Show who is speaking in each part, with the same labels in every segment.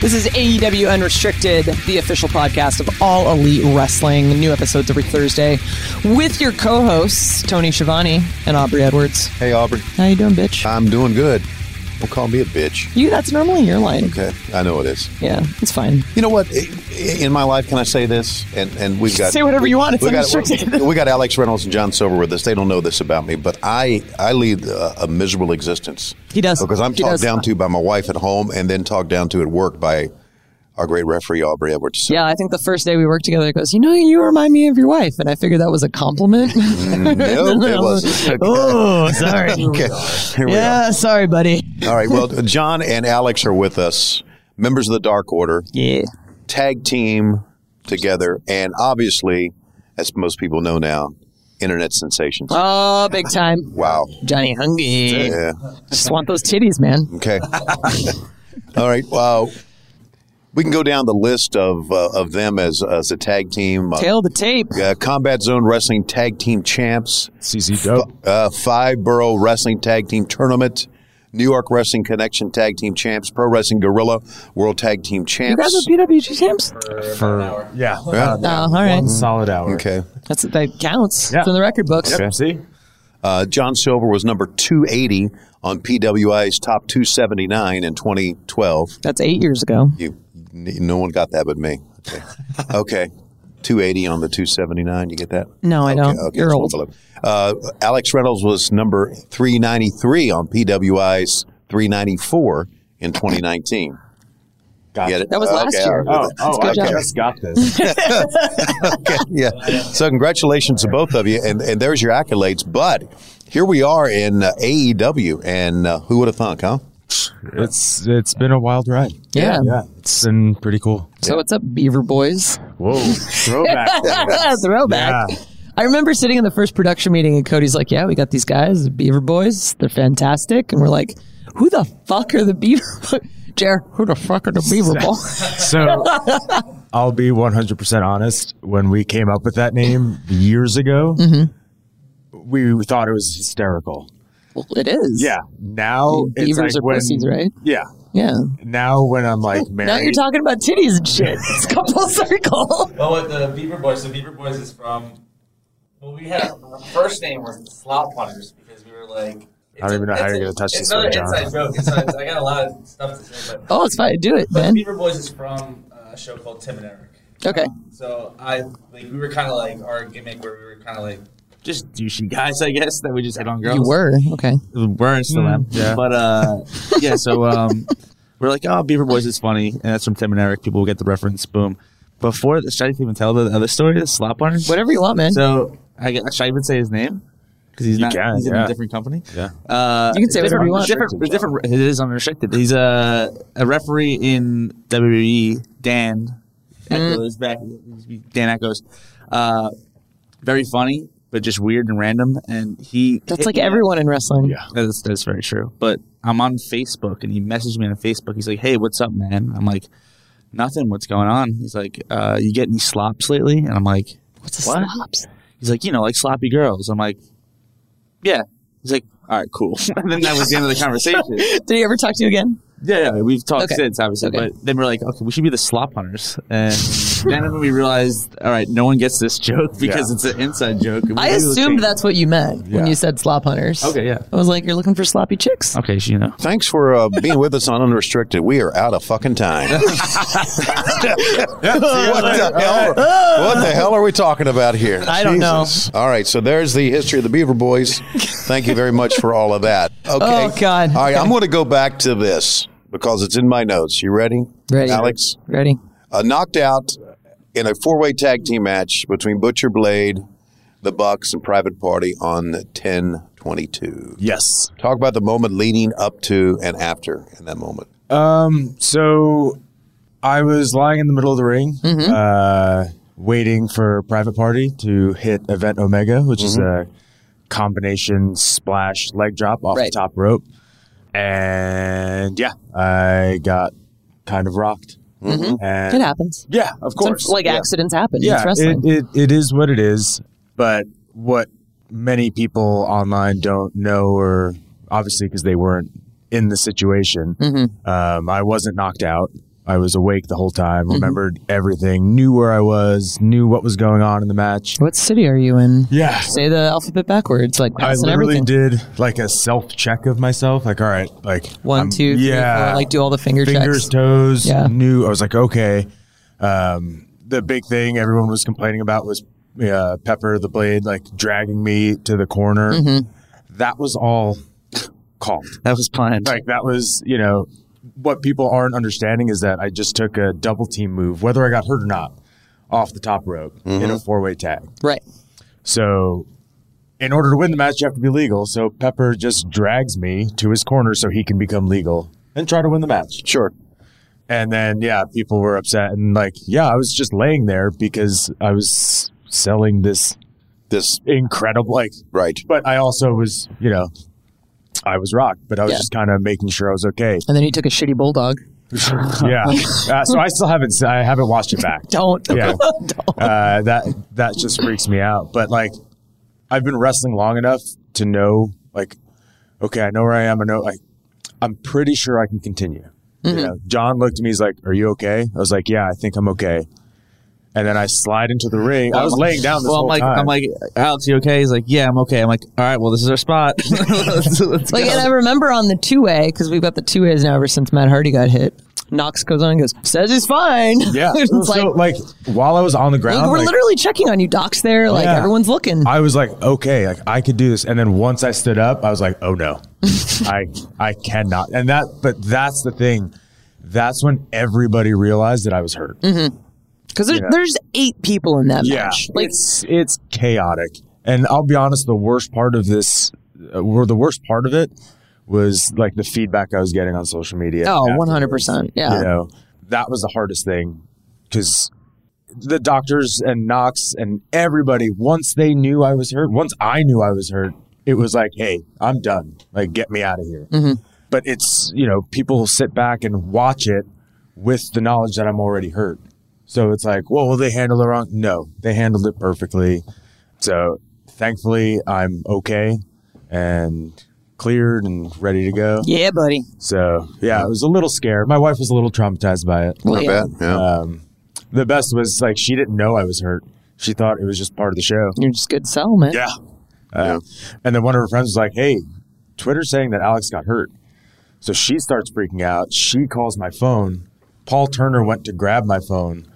Speaker 1: This is AEW Unrestricted, the official podcast of All Elite Wrestling. New episodes every Thursday with your co-hosts Tony Schiavone and Aubrey Edwards.
Speaker 2: Hey, Aubrey.
Speaker 1: How you doing, bitch?
Speaker 2: I'm doing good. Don't call me a bitch.
Speaker 1: You? That's normally your line.
Speaker 2: Okay, I know it is.
Speaker 1: Yeah, it's fine.
Speaker 2: You know what? I- I- In my life, can I say this? And and we've got
Speaker 1: Say whatever you want. It's
Speaker 2: we got,
Speaker 1: unrestricted.
Speaker 2: we got Alex Reynolds and John Silver with us. They don't know this about me, but I I lead a, a miserable existence.
Speaker 1: He does.
Speaker 2: because Oh, I'm
Speaker 1: He
Speaker 2: talked
Speaker 1: does.
Speaker 2: down to by my wife at home, and then talked down to at work by our great referee Aubrey Edwards.
Speaker 1: Yeah, I think the first day we worked together, it goes, you know, you remind me of your wife, and I figured that was a compliment.
Speaker 2: no, Mm, it wasn't.
Speaker 1: oh, sorry.
Speaker 2: Okay, here we are.
Speaker 1: Yeah, sorry, buddy.
Speaker 2: All right. Well, John and Alex are with us, members of the Dark Order.
Speaker 1: Yeah.
Speaker 2: tag team together, and obviously, as most people know now, internet sensations.
Speaker 1: Oh, big time.
Speaker 2: Wow.
Speaker 1: Johnny Hungy.
Speaker 2: Yeah.
Speaker 1: Just want those titties, man.
Speaker 2: Okay. All right. Well, we can go down the list of uh, of them as as a tag team. Uh,
Speaker 1: Tail the tape.
Speaker 2: uh, Combat Zone Wrestling Tag Team Champs,
Speaker 3: CZ Dope.
Speaker 2: uh, Five Borough Wrestling Tag Team Tournament, New York Wrestling Connection Tag Team Champs, Pro Wrestling Gorilla World Tag Team
Speaker 1: You guys
Speaker 2: Champs.
Speaker 1: are PWG champs?
Speaker 3: For, yeah.
Speaker 2: Yeah.
Speaker 1: Oh, all right.
Speaker 3: Solid hour.
Speaker 2: Okay.
Speaker 1: That's, that counts.
Speaker 3: Yeah.
Speaker 1: It's in the record books.
Speaker 3: Yep. See?
Speaker 2: Uh, John Silver was number 280 on PWI's top 279 in 2012.
Speaker 1: That's eight years ago.
Speaker 2: You, n- no one got that but me. Okay. okay. 280 on the 279. You get that?
Speaker 1: No, I don't. You're
Speaker 2: just
Speaker 1: old.
Speaker 2: one below. Uh, Alex Reynolds was number 393 on PWI's 394 in 2019.
Speaker 3: Got
Speaker 2: Get
Speaker 3: it.
Speaker 2: it?
Speaker 1: That was last
Speaker 2: Okay,
Speaker 1: year.
Speaker 2: all right.
Speaker 3: Oh, oh I
Speaker 1: good job.
Speaker 3: just got this.
Speaker 2: yeah. So congratulations to both of you, and, and there's your accolades. But here we are in uh, AEW, and uh, who would have thunk, huh?
Speaker 3: it's It's been a wild ride.
Speaker 1: Yeah.
Speaker 3: Yeah. It's been pretty cool.
Speaker 1: So what's up, Beaver Boys?
Speaker 3: Whoa. Throwback.
Speaker 1: Throwback.
Speaker 3: Yeah.
Speaker 1: I remember sitting in the first production meeting and Cody's like, Yeah, we got these guys, the Beaver Boys. They're fantastic. And we're like, Who the fuck are the Beaver Boys? Jer, who the fuck are the Beaver Boys?
Speaker 3: So I'll be 100% honest. When we came up with that name years ago,
Speaker 1: Mm-hmm.
Speaker 3: we thought it was hysterical.
Speaker 1: well, it is. Oh,
Speaker 3: Yeah. Now it's
Speaker 1: Beavers
Speaker 3: like
Speaker 1: are
Speaker 3: when,
Speaker 1: pussies, right?
Speaker 3: Yeah.
Speaker 1: Yeah.
Speaker 3: Now when I'm like married.
Speaker 1: Now you're talking about titties and shit. It's come full circle.
Speaker 4: Well, with the Beaver Boys, so Beaver Boys is from. Well, we had our first name was the Slop Hunters because we were like.
Speaker 3: I don't even know how
Speaker 4: it's
Speaker 3: you're
Speaker 4: a-
Speaker 3: gonna touch this
Speaker 4: it's another
Speaker 3: one, John.
Speaker 4: inside joke. It's not- I got a lot of stuff to say, but,
Speaker 1: Oh, it's fine. Do it,
Speaker 4: but
Speaker 1: man.
Speaker 4: Beaver Boys is from uh, a show called Tim and Eric.
Speaker 1: Okay.
Speaker 4: So I like we were kind of like our gimmick where we were kind of like just douchey guys, I guess that we just hit on girls.
Speaker 1: You were. Okay.
Speaker 4: weren't still am.
Speaker 3: Mm, yeah.
Speaker 4: But uh, yeah, so um, we're like, oh, Beaver Boys is funny, and that's from Tim and Eric. People will get the reference. Boom. Before, should I even tell the other story? The slop on
Speaker 1: Whatever you want, man.
Speaker 4: So I guess, should I even say his name? Because he's
Speaker 3: You
Speaker 4: not.
Speaker 3: can,
Speaker 4: he's in
Speaker 3: yeah.
Speaker 4: a different company.
Speaker 3: Yeah.
Speaker 4: Uh,
Speaker 1: You can say
Speaker 4: it's
Speaker 1: whatever you
Speaker 4: different-
Speaker 1: want.
Speaker 4: It's different, it's different. It is unrestricted. He's a a referee in WWE. Dan
Speaker 3: Hmm.
Speaker 4: Echoes back. Dan Echoes. Uh, very funny, but just weird and random. And he
Speaker 1: That's like everyone in wrestling. Yeah.
Speaker 4: that's that's very true. But I'm on Facebook and he messaged me on Facebook. He's like, "Hey, what's up, man?" I'm like, "Nothing. What's going on?" He's like, uh, "You get any slops lately?" And I'm like,
Speaker 1: What's a
Speaker 4: What?
Speaker 1: slops?
Speaker 4: He's like, you know, like sloppy girls. I'm like, yeah. He's like, all right, cool. and then that was the end of the conversation.
Speaker 1: Did he ever talk to you again?
Speaker 4: Yeah, yeah, we've talked
Speaker 1: Okay.
Speaker 4: since, obviously,
Speaker 1: Okay.
Speaker 4: but then we're like, okay, we should be the slop hunters, and then we realized, all right, no one gets this joke because
Speaker 3: Yeah.
Speaker 4: it's an inside joke. and we
Speaker 1: I
Speaker 4: maybe we'll
Speaker 1: assumed
Speaker 4: change-
Speaker 1: that's what you meant when
Speaker 3: Yeah.
Speaker 1: you said slop hunters.
Speaker 4: Okay, yeah.
Speaker 1: I was like, you're looking for sloppy chicks.
Speaker 4: Okay, so you know.
Speaker 2: Thanks for uh, being with us on Unrestricted. We are out of fucking time. what, the hell, what the hell are we talking about here?
Speaker 1: I don't know.
Speaker 2: All right, so there's the history of the Beaver Boys. Thank you very much for all of that. Okay.
Speaker 1: Oh, God.
Speaker 2: All right, I'm going to go back to this because it's in my notes. You ready?
Speaker 1: Ready.
Speaker 2: Alex?
Speaker 1: Ready?
Speaker 2: uh, knocked out in a four-way tag team match between Butcher Blade, the Bucks, and Private Party on 10-22.
Speaker 3: Yes.
Speaker 2: Talk about the moment leading up to and after in that moment.
Speaker 3: Um, so I was lying in the middle of the ring, uh, waiting for Private Party to hit Event Omega, which is a combination splash leg drop off
Speaker 1: Right.
Speaker 3: the top rope. And yeah, I got kind of rocked. And-
Speaker 1: It happens.
Speaker 3: Yeah, of course.
Speaker 1: Some, like
Speaker 3: yeah.
Speaker 1: accidents happen.
Speaker 3: Yeah,
Speaker 1: it's wrestling.
Speaker 3: It, it, it is what it is. But what many people online don't know, or obviously because they weren't in the situation,
Speaker 1: Mm-hmm.
Speaker 3: um, I wasn't knocked out. I was awake the whole
Speaker 1: Mm-hmm.
Speaker 3: time, remembered everything, knew where I was, knew what was going on in the match.
Speaker 1: what city are you in?
Speaker 3: Yeah.
Speaker 1: Say the alphabet backwards, like
Speaker 3: I
Speaker 1: passing
Speaker 3: literally
Speaker 1: everything.
Speaker 3: did like a self check of myself. Like, all right, like
Speaker 1: One,
Speaker 3: I'm-
Speaker 1: two, three, four, Like do all the finger
Speaker 3: fingers,
Speaker 1: checks.
Speaker 3: toes.
Speaker 1: Yeah.
Speaker 3: Knew I was like, okay. Um, the big thing everyone was complaining about was uh, Pepper the Blade like dragging me to the corner.
Speaker 1: Mm-hmm.
Speaker 3: That was all called.
Speaker 4: That was planned.
Speaker 3: Like that was, you know, what people aren't understanding is that I just took a double team move, whether I got hurt or not, off the top rope in a four way tag.
Speaker 1: Right.
Speaker 3: So, in order to win the match, you have to be legal. So Pepper just drags me to his corner so he can become legal and try to win the match.
Speaker 2: Sure.
Speaker 3: And then, yeah, people were upset and like, yeah, I was just laying there because I was selling this
Speaker 2: This,
Speaker 3: incredible, like,
Speaker 2: right.
Speaker 3: but I also was, you know, I was rocked, but I was
Speaker 1: Yeah.
Speaker 3: just kind of making sure I was okay.
Speaker 1: And then he took a shitty bulldog.
Speaker 3: yeah. Uh, so I still haven't, I haven't watched it back.
Speaker 1: Don't.
Speaker 3: Yeah.
Speaker 1: Don't.
Speaker 3: Uh, that, that just freaks me out. But like, I've been wrestling long enough to know, like, okay, I know where I am. I know, like, I'm pretty sure I can continue. You know, John looked at me. He's like, "Are you okay?" I was like, "Yeah, I think I'm okay." And then I slide into the ring. I was laying down this
Speaker 4: well,
Speaker 3: whole
Speaker 4: I'm like,
Speaker 3: time.
Speaker 4: I'm like, Alex, you okay? He's like, yeah, I'm okay. I'm like, all right, well, this is our spot. Let's- let's
Speaker 1: Like,
Speaker 4: go.
Speaker 1: and I remember on the two way because we've got the two ways now ever since Matt Hardy got hit. Knox goes on and goes, says he's fine.
Speaker 3: yeah.
Speaker 1: it's
Speaker 3: so,
Speaker 1: like,
Speaker 3: like, while I was on the
Speaker 1: like,
Speaker 3: ground,
Speaker 1: we're
Speaker 3: like,
Speaker 1: literally checking on you. Doc's there. Like
Speaker 3: Yeah.
Speaker 1: everyone's looking.
Speaker 3: I was like, okay, like I could do this. And then once I stood up, I was like, oh no, I I cannot. And that, but that's the thing. That's when everybody realized that I was hurt.
Speaker 1: Because there,
Speaker 3: Yeah.
Speaker 1: there's eight people in that
Speaker 3: Yeah,
Speaker 1: match. Like,
Speaker 3: it's it's chaotic, and I'll be honest. The worst part of this, uh, or the worst part of it, was like the feedback I was getting on social media.
Speaker 1: oh,
Speaker 3: afterwards.
Speaker 1: 100%. Yeah.
Speaker 3: You know, that was the hardest thing because the doctors and Knox and everybody, once they knew I was hurt, once I knew I was hurt, it was like, hey, I'm done. Like, get me out of here.
Speaker 1: Mm-hmm.
Speaker 3: But it's you know, people sit back and watch it with the knowledge that I'm already hurt. So it's like, well, will they handle it wrong? No, they handled it perfectly. So thankfully, I'm okay and cleared and ready to go.
Speaker 1: Yeah, buddy.
Speaker 3: So yeah, it was a little scared. My wife was a little traumatized by it.
Speaker 1: Well,
Speaker 2: I
Speaker 1: yeah.
Speaker 2: bet. Yeah.
Speaker 3: The best was like she didn't know I was hurt. She thought it was just part of the show.
Speaker 1: You're just good sell, man.
Speaker 3: Yeah. Uh, And then one of her friends was like, "Hey, Twitter's saying that Alex got hurt." So she starts freaking out. She calls my phone. Paul Turner went to grab my phone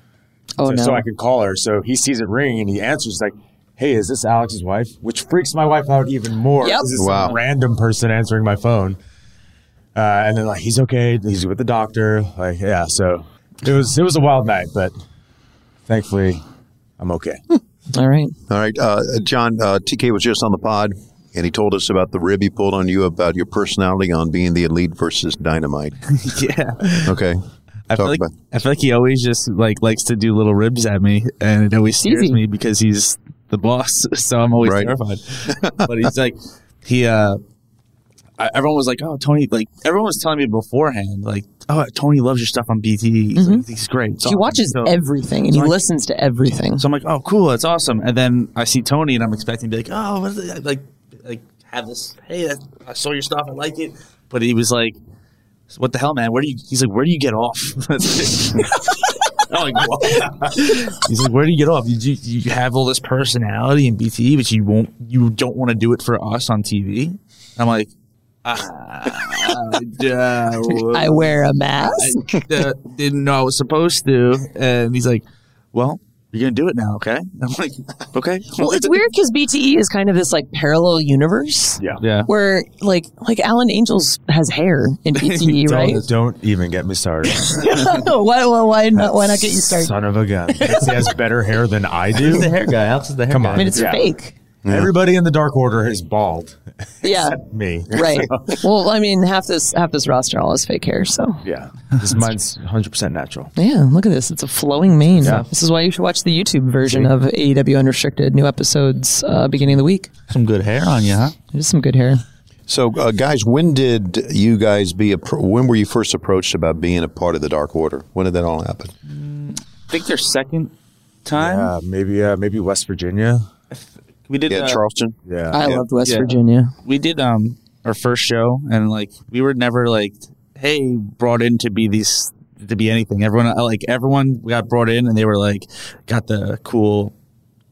Speaker 1: oh,
Speaker 3: so,
Speaker 1: no.
Speaker 3: so I can call her. So he sees it ringing and he answers like, "Hey, is this Alex's wife?" Which freaks my wife out even more.
Speaker 1: Yep.
Speaker 3: Is this
Speaker 2: Wow.
Speaker 3: some random person answering my phone? Uh, and then like he's okay. He's with the doctor. Like yeah. So it was it was a wild night, but thankfully I'm okay.
Speaker 1: All right.
Speaker 2: All right, uh, John, uh, TK was just on the pod, and he told us about the rib he pulled on you about your personality on being the elite versus dynamite.
Speaker 4: yeah.
Speaker 2: Okay.
Speaker 4: I
Speaker 2: Talk
Speaker 4: feel, like,
Speaker 2: about-
Speaker 4: I feel like he always just like likes to do little ribs at me, and it always scares
Speaker 1: Easy.
Speaker 4: me because he's the boss. So I'm always
Speaker 2: Right.
Speaker 4: terrified. but he's like, he. uh I, everyone was like, "Oh, Tony!" Like everyone was telling me beforehand, like, "Oh, Tony loves your stuff on BT. He's, like, he's great. It's
Speaker 1: He
Speaker 4: awesome."
Speaker 1: watches
Speaker 4: So-
Speaker 1: everything and he listens to everything.
Speaker 4: So I'm like, "Oh, cool, that's awesome." And then I see Tony, and I'm expecting to be like, "Oh, what is it? like, like have this. Hey, that, I saw your stuff. I like it." But he was like what the hell, man? Where do you? He's like, where do you get off? That's it. I'm like, "What?" He's like, where do you get off? You, you you have all this personality in BTE, E, but you won't, you don't want to do it for us on TV. I'm like, ah, uh,
Speaker 1: I wear a mask.
Speaker 4: I uh, didn't know I was supposed to. And he's like, well, you're going to do it now, okay? I'm like, okay.
Speaker 1: Well, it's weird because BTE E is kind of this like parallel universe
Speaker 3: Yeah.
Speaker 4: Yeah.
Speaker 1: where like like Alan Angels has hair in BTE,
Speaker 3: Don't,
Speaker 1: right?
Speaker 3: don't even get me started.
Speaker 1: why, why, why not? Why not get you started?
Speaker 3: Son of a gun. He has better hair than I do.
Speaker 5: the hair guy. Alex is the hair
Speaker 3: Come
Speaker 5: guy.
Speaker 3: on.
Speaker 1: I mean, it's
Speaker 3: Yeah.
Speaker 1: fake.
Speaker 3: Everybody in the Dark Order is bald.
Speaker 1: Yeah,
Speaker 3: Me.
Speaker 1: right. Well, I mean, half this half this roster all has fake hair. So
Speaker 3: Yeah. This mine's 100% natural.
Speaker 1: yeah, look at this. It's a flowing mane. This is why you should watch the YouTube version of AEW Unrestricted. New episodes uh, beginning of the week.
Speaker 5: Some good hair on you, huh?
Speaker 1: There's some good hair.
Speaker 2: So, uh, guys, when did you guys be? appro- When were you first approached about being a part of the Dark Order? When did that all happen?
Speaker 4: I think their second time.
Speaker 3: Yeah, maybe uh, maybe West Virginia.
Speaker 4: We did
Speaker 2: Yeah,
Speaker 4: uh,
Speaker 2: Charleston.
Speaker 3: Yeah.
Speaker 1: I
Speaker 2: Yeah.
Speaker 1: loved West
Speaker 4: Yeah.
Speaker 1: Virginia.
Speaker 4: we did um our first show and like we were never like hey brought in to be these to be anything everyone uh, like everyone got brought in and they were like got the cool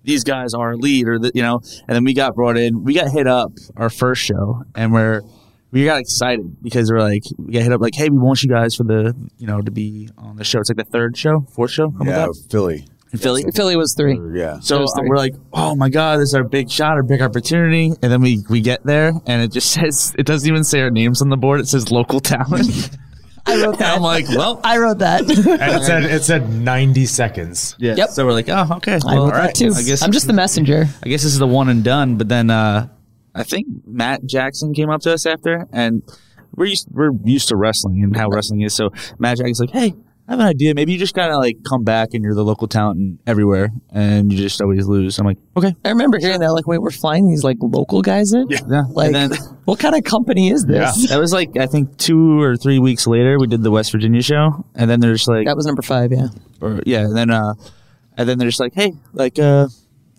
Speaker 4: these guys are lead or the, you know and then we got brought in we got hit up our first show and we're we got excited because we're like we got hit up like hey we want you guys for the you know to be on the show it's like the third show fourth show something like
Speaker 3: yeah,
Speaker 4: that,
Speaker 3: Philly.
Speaker 4: in Philly
Speaker 1: Philly was three.
Speaker 3: Yeah.
Speaker 4: so
Speaker 1: Those three.
Speaker 4: we're like, oh my god, this is our big shot, our big opportunity, and then we we get there, and it just says it doesn't even say our names on the board. It says local talent.
Speaker 1: I wrote
Speaker 4: And I'm like, well,
Speaker 1: I wrote that.
Speaker 3: And it said it said 90 seconds.
Speaker 4: yeah.
Speaker 1: Yep.
Speaker 4: So we're like, oh okay,
Speaker 1: I
Speaker 4: well,
Speaker 1: wrote that too.
Speaker 4: I guess
Speaker 1: I'm just the messenger.
Speaker 4: I guess this is the one and done. But then uh, I think Matt Jackson came up to us after, and we're used we're used to wrestling and how wrestling is. So Matt Jackson's like, hey. I have an idea. Maybe you just gotta like come back, and you're the local talent and everywhere, and you just always lose. I'm like, okay,
Speaker 1: I remember hearing that. Like, wait, we're flying these like local guys in.
Speaker 4: yeah.
Speaker 1: Like,
Speaker 4: and then
Speaker 1: what kind of company is this?
Speaker 4: That was like I think two or three weeks later we did the West Virginia show, and then they're just like,
Speaker 1: That was number five. Yeah.
Speaker 4: or- yeah, and then uh, and then they're just like, hey, like uh,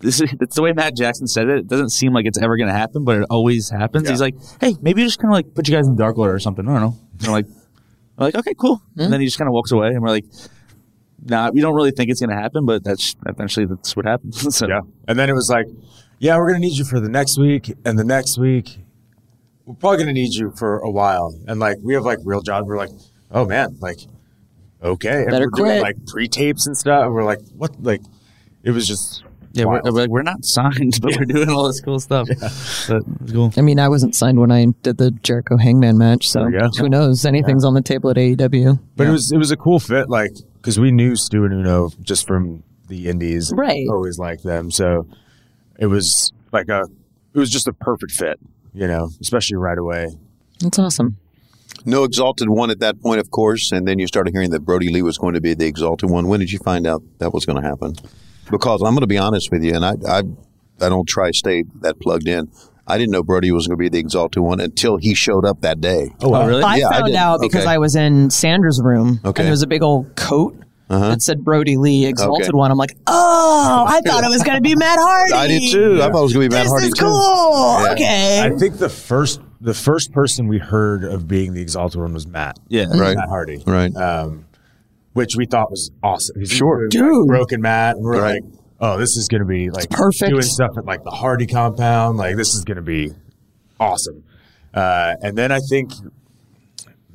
Speaker 4: this is it's the way Matt Jackson said it. It doesn't seem like it's ever gonna happen, but it always happens. He's like, hey, maybe just kind of like put you guys in dark order or something. I don't know. And I'm like, I'm like okay, cool. And then he just kind of walks away, and we're like, nah, we don't really think it's gonna happen, but that's eventually that's what happens. so,
Speaker 3: Yeah. And then it was like, yeah, we're going to need you for the next week and the next week. We're probably going to need you for a while. And like, we have like real jobs. We're like, oh man, like, okay. And
Speaker 1: Better
Speaker 3: we're doing,
Speaker 1: quit.
Speaker 3: like pre tapes and stuff. And we're like, what? Like, it was just.
Speaker 4: yeah, we're,
Speaker 3: wild.
Speaker 4: we're like we're not signed, but we're doing all this cool stuff. But it's cool.
Speaker 1: I mean, I wasn't signed when I did the Jericho Hangman match, so
Speaker 3: There you go.
Speaker 1: who knows? Anything's on the table at E AEW.
Speaker 3: But it was it was a cool fit, like because we knew Stu and Uno just from the Indies,
Speaker 1: Right.
Speaker 3: Always liked them, so it was like a it was just a perfect fit, you know, especially right away.
Speaker 1: That's awesome.
Speaker 2: No exalted one at that point, of course. And then you started hearing that Brody Lee was going to be the exalted one. When did you find out that was going to happen? Because I'm going to be honest with you, and I I, I don't try to stay that plugged in. I didn't know Brody was going to be the exalted one until he showed up that day.
Speaker 4: Oh, really?
Speaker 1: I
Speaker 2: Yeah, I
Speaker 1: found
Speaker 2: did.
Speaker 1: out because
Speaker 2: Okay.
Speaker 1: I was in Sanders' room,
Speaker 2: Okay. Uh-huh.
Speaker 1: and there was a big old coat. That said Brody Lee, exalted
Speaker 2: Okay.
Speaker 1: one. I'm like, oh, I thought it was going to be Matt Hardy.
Speaker 2: I did too. I thought it was going to be Matt
Speaker 1: This
Speaker 2: Hardy
Speaker 1: is
Speaker 2: too.
Speaker 1: cool.
Speaker 2: Yeah.
Speaker 1: Okay.
Speaker 3: I think the first the first person we heard of being the Exalted One was Matt,
Speaker 4: Yeah.
Speaker 2: Right,
Speaker 3: Matt Hardy,
Speaker 2: right.
Speaker 3: Um, which we thought was awesome. 'Cause he
Speaker 2: Sure.
Speaker 3: was, like,
Speaker 1: Dude.
Speaker 3: broken Matt, and we're
Speaker 2: Right.
Speaker 3: like, oh, this is gonna be like
Speaker 1: perfect.
Speaker 3: doing stuff at like the Hardy compound. Like this is gonna be awesome. Uh, and then I think,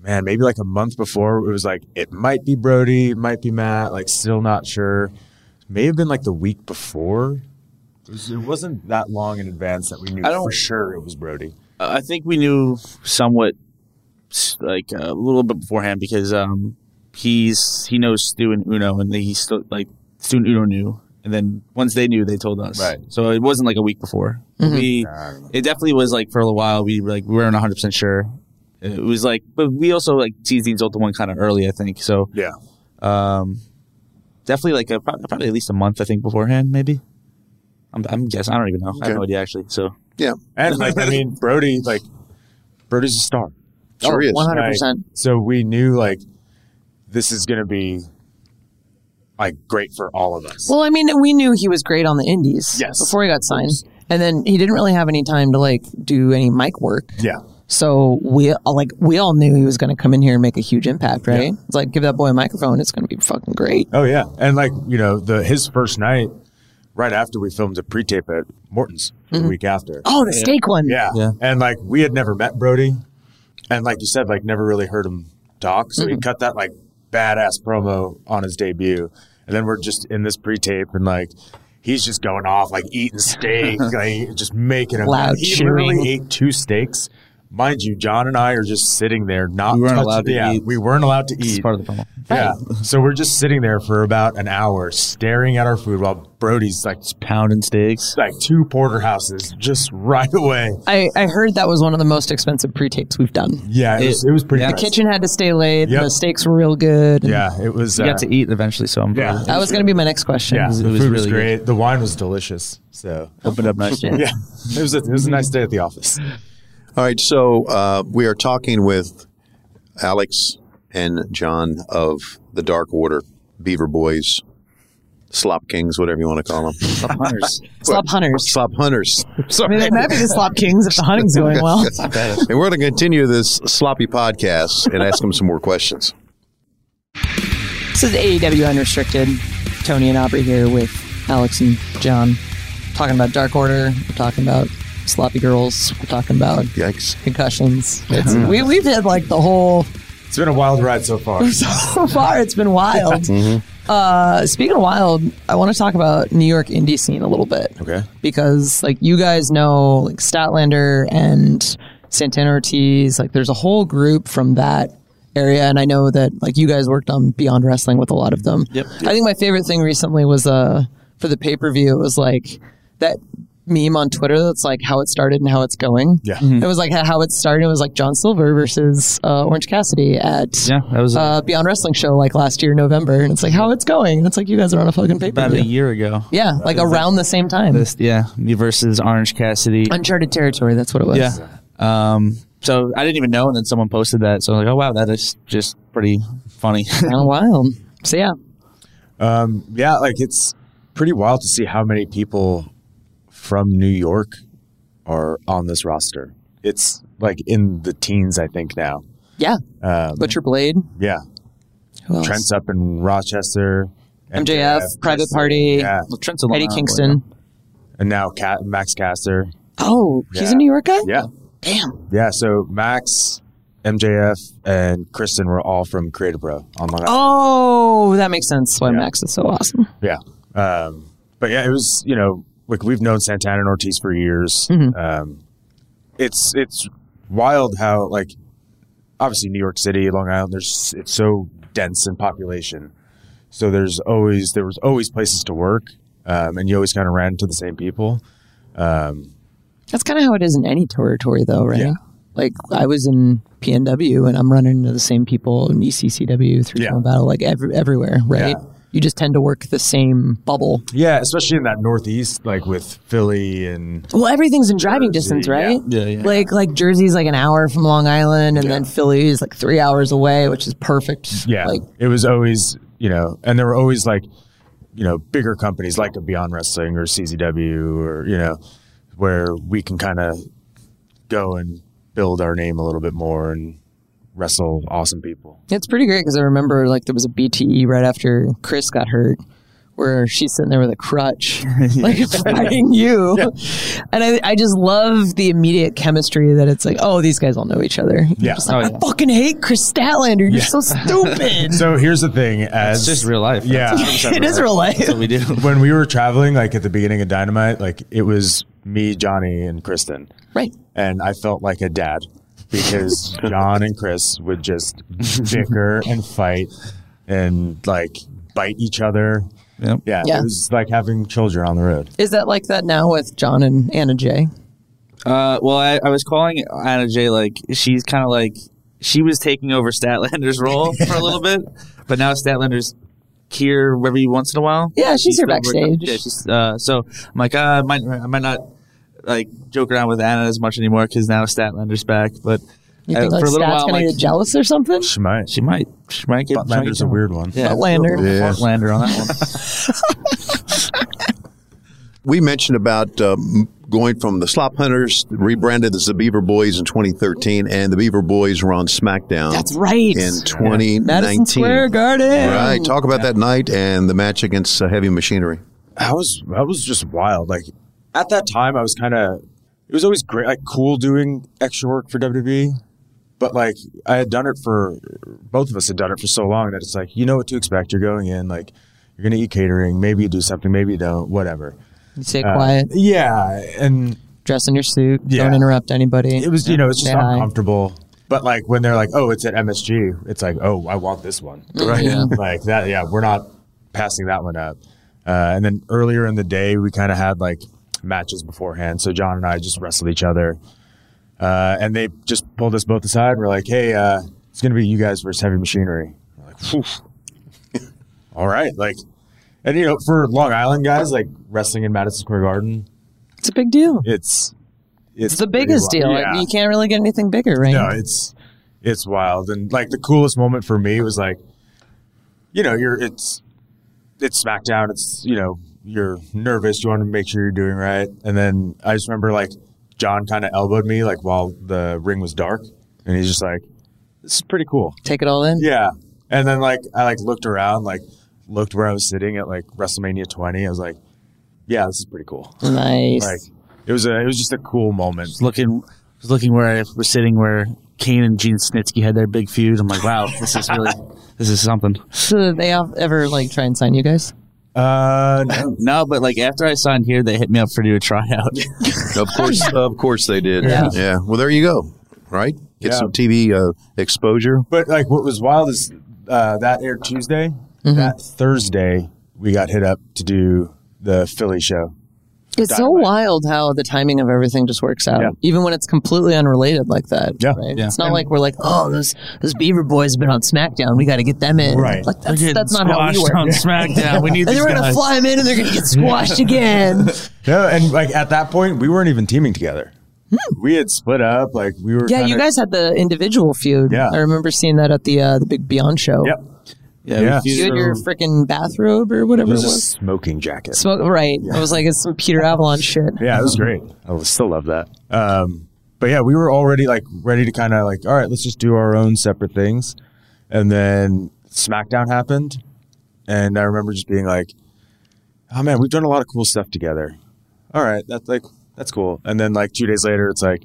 Speaker 3: man, maybe like a month before, it was like it might be Brody, it might be Matt. Like still not sure. May have been like the week before. It was- It wasn't that long in advance that we knew
Speaker 4: I don't-
Speaker 3: for sure it was Brody.
Speaker 4: Uh, I think we knew somewhat, like a little bit beforehand because um, he's he knows Stu and Uno, and he still like Stu and Uno knew, and then once they knew, they told us.
Speaker 3: Right.
Speaker 4: So it wasn't like a week before. We it definitely was like for a little while we were like we weren't one hundred percent sure. It was like, but we also like teased the Exalted One kind of early, I think. So
Speaker 3: Yeah.
Speaker 4: um, definitely like a, prob- probably at least a month, I think, beforehand, maybe. I'm, I'm guessing. I don't even know. I have no idea actually. So
Speaker 2: Yeah,
Speaker 3: And like I mean, Brody, like Brody's a star.
Speaker 2: sure is.
Speaker 1: 100%.
Speaker 3: Like, so we knew like this is gonna be like great for all of us.
Speaker 1: Well, I mean, we knew he was great on the indies
Speaker 3: Yes.
Speaker 1: before he got signed. And then he didn't really have any time to like do any mic work.
Speaker 3: yeah.
Speaker 1: So we uh, like we all knew he was going to come in here and make a huge impact, right? It's like give that boy a microphone; it's going to be fucking great.
Speaker 3: Oh yeah, and like you know, the his first night, right after we filmed a pre-tape at Morton's the week after.
Speaker 1: Oh, the steak one.
Speaker 3: Yeah.
Speaker 4: Yeah.
Speaker 3: and like we had never met Brody, and like you said, like never really heard him talk. So he cut that like badass promo on his debut, and then we're just in this pre-tape and like. He's just going off, like eating steak, like just making a
Speaker 1: Loud
Speaker 3: He
Speaker 1: cheering.
Speaker 3: literally ate two steaks, mind you. John and I are just sitting there, not
Speaker 4: We weren't
Speaker 3: touching-
Speaker 4: allowed to
Speaker 3: yeah,
Speaker 4: eat.
Speaker 3: We weren't allowed to eat.
Speaker 5: It's part of the promo.
Speaker 3: Yeah. So we're just sitting there for about an hour staring at our food while Brody's like
Speaker 4: Pounding steaks.
Speaker 3: like two porterhouses just right away.
Speaker 1: I, I heard that was one of the most expensive pre-tapes we've done.
Speaker 3: Yeah, it, was it was pretty
Speaker 4: yeah.
Speaker 3: yeah,
Speaker 1: The kitchen had to stay late.
Speaker 3: Yep.
Speaker 1: The steaks were real good.
Speaker 3: Yeah, it was
Speaker 4: You
Speaker 3: uh,
Speaker 4: got to eat eventually, so I'm
Speaker 3: Yeah.
Speaker 4: probably-
Speaker 1: that was going to be my next question.
Speaker 3: Yeah,
Speaker 4: was-
Speaker 3: the
Speaker 4: it
Speaker 3: food
Speaker 4: was
Speaker 3: was
Speaker 4: really
Speaker 3: great. The wine was delicious. So
Speaker 4: opened up nice.
Speaker 3: yeah, it was a, it was a nice day at the office.
Speaker 2: All right, so uh, we are talking with Alex and John of the Dark Order, Beaver Boys, Slop Kings, whatever you want to call them.
Speaker 4: Hunters.
Speaker 1: Slop hunters.
Speaker 2: Slop Hunters.
Speaker 1: I mean,
Speaker 2: Sorry.
Speaker 1: they might be the slop kings if the hunting's going well.
Speaker 2: And we're going to continue this sloppy podcast and ask them some more questions.
Speaker 1: This is AEW Unrestricted. Tony and Aubrey here with Alex and John. Talking about Dark Order. We're talking about sloppy girls. We're talking about
Speaker 2: Yikes.
Speaker 1: concussions. It's, we, we've had like the whole
Speaker 3: It's been a wild ride so far.
Speaker 1: so far. It's been wild. uh, speaking of wild, I want to talk about New York indie scene a little bit.
Speaker 3: Okay.
Speaker 1: Because like you guys know, like Statlander and Santana Ortiz, like there's a whole group from that area, and I know that like you guys worked on Beyond Wrestling with a lot of them. Yep. I think my favorite thing recently was uh for the pay per view. It was like that meme on Twitter that's like how it started and how it's going.
Speaker 3: Yeah.
Speaker 4: Mm-hmm.
Speaker 1: It was like how it started. It was like John Silver versus uh, Orange Cassidy at
Speaker 4: Yeah, that was uh,
Speaker 1: uh, Beyond Wrestling show like last year, November, and it's like how it's going. And it's like you guys are on a fucking pay per
Speaker 4: about a
Speaker 1: view.
Speaker 4: year ago.
Speaker 1: Yeah, like around the same time.
Speaker 4: This, yeah, me versus Orange Cassidy.
Speaker 1: Uncharted territory. That's what it was.
Speaker 4: Yeah. Um. So I didn't even know, and then someone posted that. So I was like, oh wow, that is just pretty funny.
Speaker 1: kind of wild. So yeah,
Speaker 3: yeah, like it's pretty wild to see how many people from New York are on this roster. It's like in the teens, I think now.
Speaker 1: yeah.
Speaker 3: Um,
Speaker 1: Butcher Blade.
Speaker 3: yeah,
Speaker 1: Who else?
Speaker 3: Trent's up in Rochester.
Speaker 1: MJF, Private Party,
Speaker 3: Yeah.
Speaker 4: Well, Trent's a long
Speaker 1: Eddie
Speaker 4: time
Speaker 1: Kingston.
Speaker 3: And now Cat, Max Caster.
Speaker 1: Oh, he's
Speaker 3: Yeah.
Speaker 1: a New York guy.
Speaker 3: Yeah.
Speaker 1: Damn.
Speaker 3: Yeah. So Max, MJF, and Kristen were all from Creative Pro on Long Island.
Speaker 1: Oh, that makes sense. Why
Speaker 3: Yeah.
Speaker 1: Max is so awesome.
Speaker 3: Yeah. Um, but yeah, it was, you know, like we've known Santana and Ortiz for years.
Speaker 1: Mm-hmm.
Speaker 3: Um, it's, it's wild how, like, obviously New York City, Long Island, there's, it's so dense in population. So there's always, there was always places to work. Um, and you always kind of ran into the same people.
Speaker 1: That's kind of how it is in any territory, though, right?
Speaker 3: Yeah.
Speaker 1: Like I was in PNW, and I'm running into the same people in E ECCW, Three
Speaker 3: Yeah.
Speaker 1: Channel Battle, like every, everywhere, right?
Speaker 3: Yeah.
Speaker 1: You just tend to work the same bubble.
Speaker 3: Yeah. Especially in that Northeast, like with Philly and
Speaker 1: Well, everything's in driving distance,
Speaker 3: yeah.
Speaker 1: right?
Speaker 4: Yeah, yeah.
Speaker 1: Like like Jersey's like an hour from Long Island, and then Philly is like three hours away, which is perfect.
Speaker 3: Yeah.
Speaker 1: Like
Speaker 3: it was always, you know, and there were always like, you know, bigger companies like a Beyond Wrestling or CZW or, you know, where we can kind of go and build our name a little bit more and wrestle awesome people.
Speaker 1: It's pretty great because I remember like there was a BTE right after Chris got hurt where she's sitting there with a crutch, like fighting you. And I, I just love the immediate chemistry that it's like, oh, these guys all know each other.
Speaker 3: Yeah.
Speaker 1: Just like, I fucking hate Chris Statlander. You're so stupid.
Speaker 3: So here's the thing as
Speaker 4: It's just real life.
Speaker 3: Yeah.
Speaker 4: That's
Speaker 1: it is real life.
Speaker 4: what we do.
Speaker 3: when we were traveling, like at the beginning of Dynamite, like it was me, Johnny, and Kristen.
Speaker 1: Right.
Speaker 3: and I felt like a dad because John and Chris would just bicker and fight and like bite each other.
Speaker 4: Yep.
Speaker 3: Yeah,
Speaker 1: Yeah.
Speaker 3: it was like having children on the road.
Speaker 1: Is that like that now with John and Anna Jay?
Speaker 4: Uh, well, I, I was calling Anna J. Like she's kind of like she was taking over Statlander's role for a little bit, but now Statlander's here every once in a while.
Speaker 1: Yeah, she's here
Speaker 4: still working-
Speaker 1: backstage.
Speaker 4: Yeah, she's, uh, so I'm like, uh, I might I might not like joke around with Anna as much anymore because now Statlander's back. But
Speaker 1: You
Speaker 4: uh,
Speaker 1: think like
Speaker 4: for a little
Speaker 1: Stat's
Speaker 4: while,
Speaker 1: gonna
Speaker 4: like,
Speaker 1: get jealous or something?
Speaker 3: She might.
Speaker 4: she might she might get she might get
Speaker 3: Butlander's a weird one.
Speaker 4: Yeah,
Speaker 1: Statlander.
Speaker 2: Yeah.
Speaker 4: Butlander on that one.
Speaker 2: We mentioned about um, going from the Slop Hunters, rebranded as the Beaver Boys in 2013, and the Beaver Boys were on SmackDown
Speaker 1: That's right.
Speaker 2: in 2019.
Speaker 1: Madison Square Garden.
Speaker 2: Right. Talk about that night and the match against uh, Heavy Machinery.
Speaker 3: that was that was just wild. Like at that time, I was kind of it was always great, like cool doing extra work for WWE, but like I had done it for both of us had done it for so long that it's like you know what to expect. You're going in like you're gonna eat catering. Maybe you do something. Maybe you don't. Whatever.
Speaker 1: You stay
Speaker 3: Uh,
Speaker 1: quiet.
Speaker 3: yeah, and
Speaker 1: Dress in your suit.
Speaker 3: Yeah.
Speaker 1: Don't interrupt anybody.
Speaker 3: it was you know it's just
Speaker 1: Yeah.
Speaker 3: uncomfortable. But like when they're like, oh, it's at MSG, it's like, oh, I want this one, right? like that, yeah. We're not passing that one up. Uh, and then earlier in the day, we kind of had like matches beforehand, so John and I just wrestled each other, uh, and they just pulled us both aside. and We're like, hey, uh, it's gonna be you guys versus Heavy Machinery. We're like, Phew. all right, like, and you know, for Long Island guys, like wrestling in Madison Square Garden,
Speaker 1: It's a big deal.
Speaker 3: it's it's,
Speaker 1: It's the
Speaker 3: pretty
Speaker 1: biggest
Speaker 3: wild.
Speaker 1: deal. Like,
Speaker 3: Yeah.
Speaker 1: you can't really get anything bigger, right?
Speaker 3: No, it's it's wild. And like the coolest moment for me was like, you know, you're it's it's SmackDown. It's you know you're nervous. You want to make sure you're doing right. And then I just remember like John kind of elbowed me like while the ring was dark, and he's just like, "This is pretty cool."
Speaker 1: Take it all in.
Speaker 3: Yeah. And then like I like looked around, like looked where I was sitting at like WrestleMania 20. I was like, "Yeah, this is pretty cool."
Speaker 1: Nice.
Speaker 3: Like it was a it was just a cool moment.
Speaker 4: was looking was looking where I was sitting where Kane and Gene Snitsky had their big feud. I'm like, wow, this is really this is something.
Speaker 1: So did they all- ever like try and sign you guys?
Speaker 3: Uh, no.
Speaker 4: No, but like after I signed here, they hit me up for do a tryout.
Speaker 2: Of course, of course they did.
Speaker 1: Yeah.
Speaker 2: Well, there you go. Right. Get
Speaker 3: Yeah.
Speaker 2: some TV uh, exposure.
Speaker 3: But like, what was wild is uh, that aired Tuesday.
Speaker 1: Mm-hmm.
Speaker 3: That Thursday, we got hit up to do the Philly show.
Speaker 1: It's so
Speaker 3: Dynamite.
Speaker 1: wild how the timing of everything just works out,
Speaker 3: Yeah.
Speaker 1: even when it's completely unrelated like that.
Speaker 3: Yeah.
Speaker 1: right?
Speaker 4: Yeah.
Speaker 1: It's not like we're like, oh, those those Beaver boys have been on SmackDown. We got to get them in.
Speaker 3: Right.
Speaker 1: Like that's, that's not how we
Speaker 4: Squashed
Speaker 1: work.
Speaker 4: on SmackDown. We
Speaker 1: And
Speaker 4: need these
Speaker 1: they're gonna
Speaker 4: guys.
Speaker 1: fly them in, and they're gonna get squashed again.
Speaker 3: No, and like at that point, we weren't even teaming together. We had split up. Like we were.
Speaker 1: Hmm. Yeah,
Speaker 3: kinda-
Speaker 1: you guys had the individual feud.
Speaker 3: Yeah.
Speaker 1: I remember seeing that at the uh, the Big Beyond show.
Speaker 3: Yep.
Speaker 4: Yeah, we
Speaker 3: Yeah.
Speaker 4: feuded
Speaker 1: You in
Speaker 4: for-
Speaker 1: your freaking bathrobe or whatever
Speaker 3: It
Speaker 1: it
Speaker 3: was a
Speaker 1: was.
Speaker 3: smoking jacket.
Speaker 1: Smoke, right? I was like, it's some Peter Avalon shit.
Speaker 3: yeah, it was great. Mm-hmm. I still love that. Um, but yeah, we were already like ready to kind of like, all right, let's just do our own separate things. And then SmackDown happened, and I remember just being like, oh man, we've done a lot of cool stuff together. All right, that's like that's cool. And then like two days later, it's like,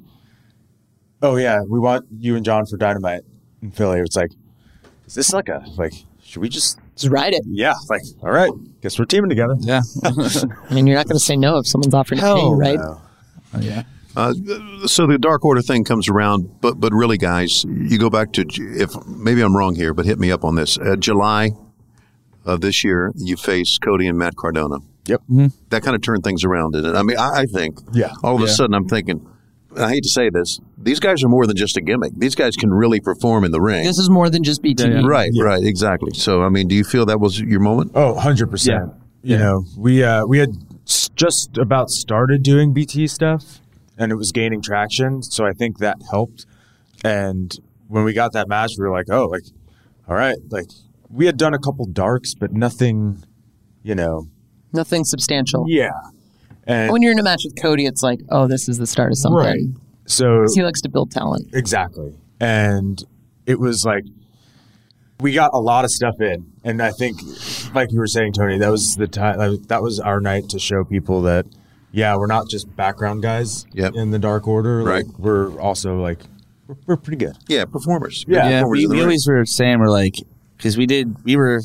Speaker 3: oh yeah, we want you and John for Dynamite in Philly. It's like, is this like a like? Should we just?
Speaker 1: Just ride it.
Speaker 3: Yeah, like all right, guess we're teaming together.
Speaker 4: yeah.
Speaker 1: I mean, you're not gonna say no if someone's offering to pay you, right?
Speaker 2: Uh, so the Dark Order thing comes around, but but really, guys, you go back to J- if maybe I'm wrong here, but hit me up on this. Uh, July of this year, you face Cody and Matt Cardona.
Speaker 3: Yep.
Speaker 2: That kind of turned things around, didn't it? I mean, I, I think.
Speaker 3: Yeah.
Speaker 2: All of a sudden, I'm thinking. I hate to say this. These guys are more than just a gimmick. These guys can really perform in the ring.
Speaker 1: This is more than just BTE.
Speaker 2: Right, right, exactly. So, I mean, do you feel that was your moment?
Speaker 3: Oh, 100%. You know, we uh, we had s- just about started doing BT stuff and it was gaining traction, so I think that helped. And when we got that match, we were like, "Oh, like all right, like we had done a couple darks, but nothing, you know."
Speaker 1: Nothing substantial.
Speaker 3: Yeah. And
Speaker 1: When you're in a match with Cody, it's like, oh, this is the start of something.
Speaker 3: right. So
Speaker 1: 'Cause He likes to build talent.
Speaker 3: Exactly. And it was like we got a lot of stuff in. And I think like you were saying, Tony, that was the time like, that was our night to show people that yeah, we're not just background guys
Speaker 2: Yep.
Speaker 3: in the dark order.
Speaker 2: Right.
Speaker 3: Like we're also like we're, we're pretty good.
Speaker 2: Yeah, performers.
Speaker 3: Yeah.
Speaker 4: Yeah,
Speaker 2: performers
Speaker 4: we,
Speaker 2: in the
Speaker 4: we
Speaker 2: ring.
Speaker 4: always were saying we're like because we did we were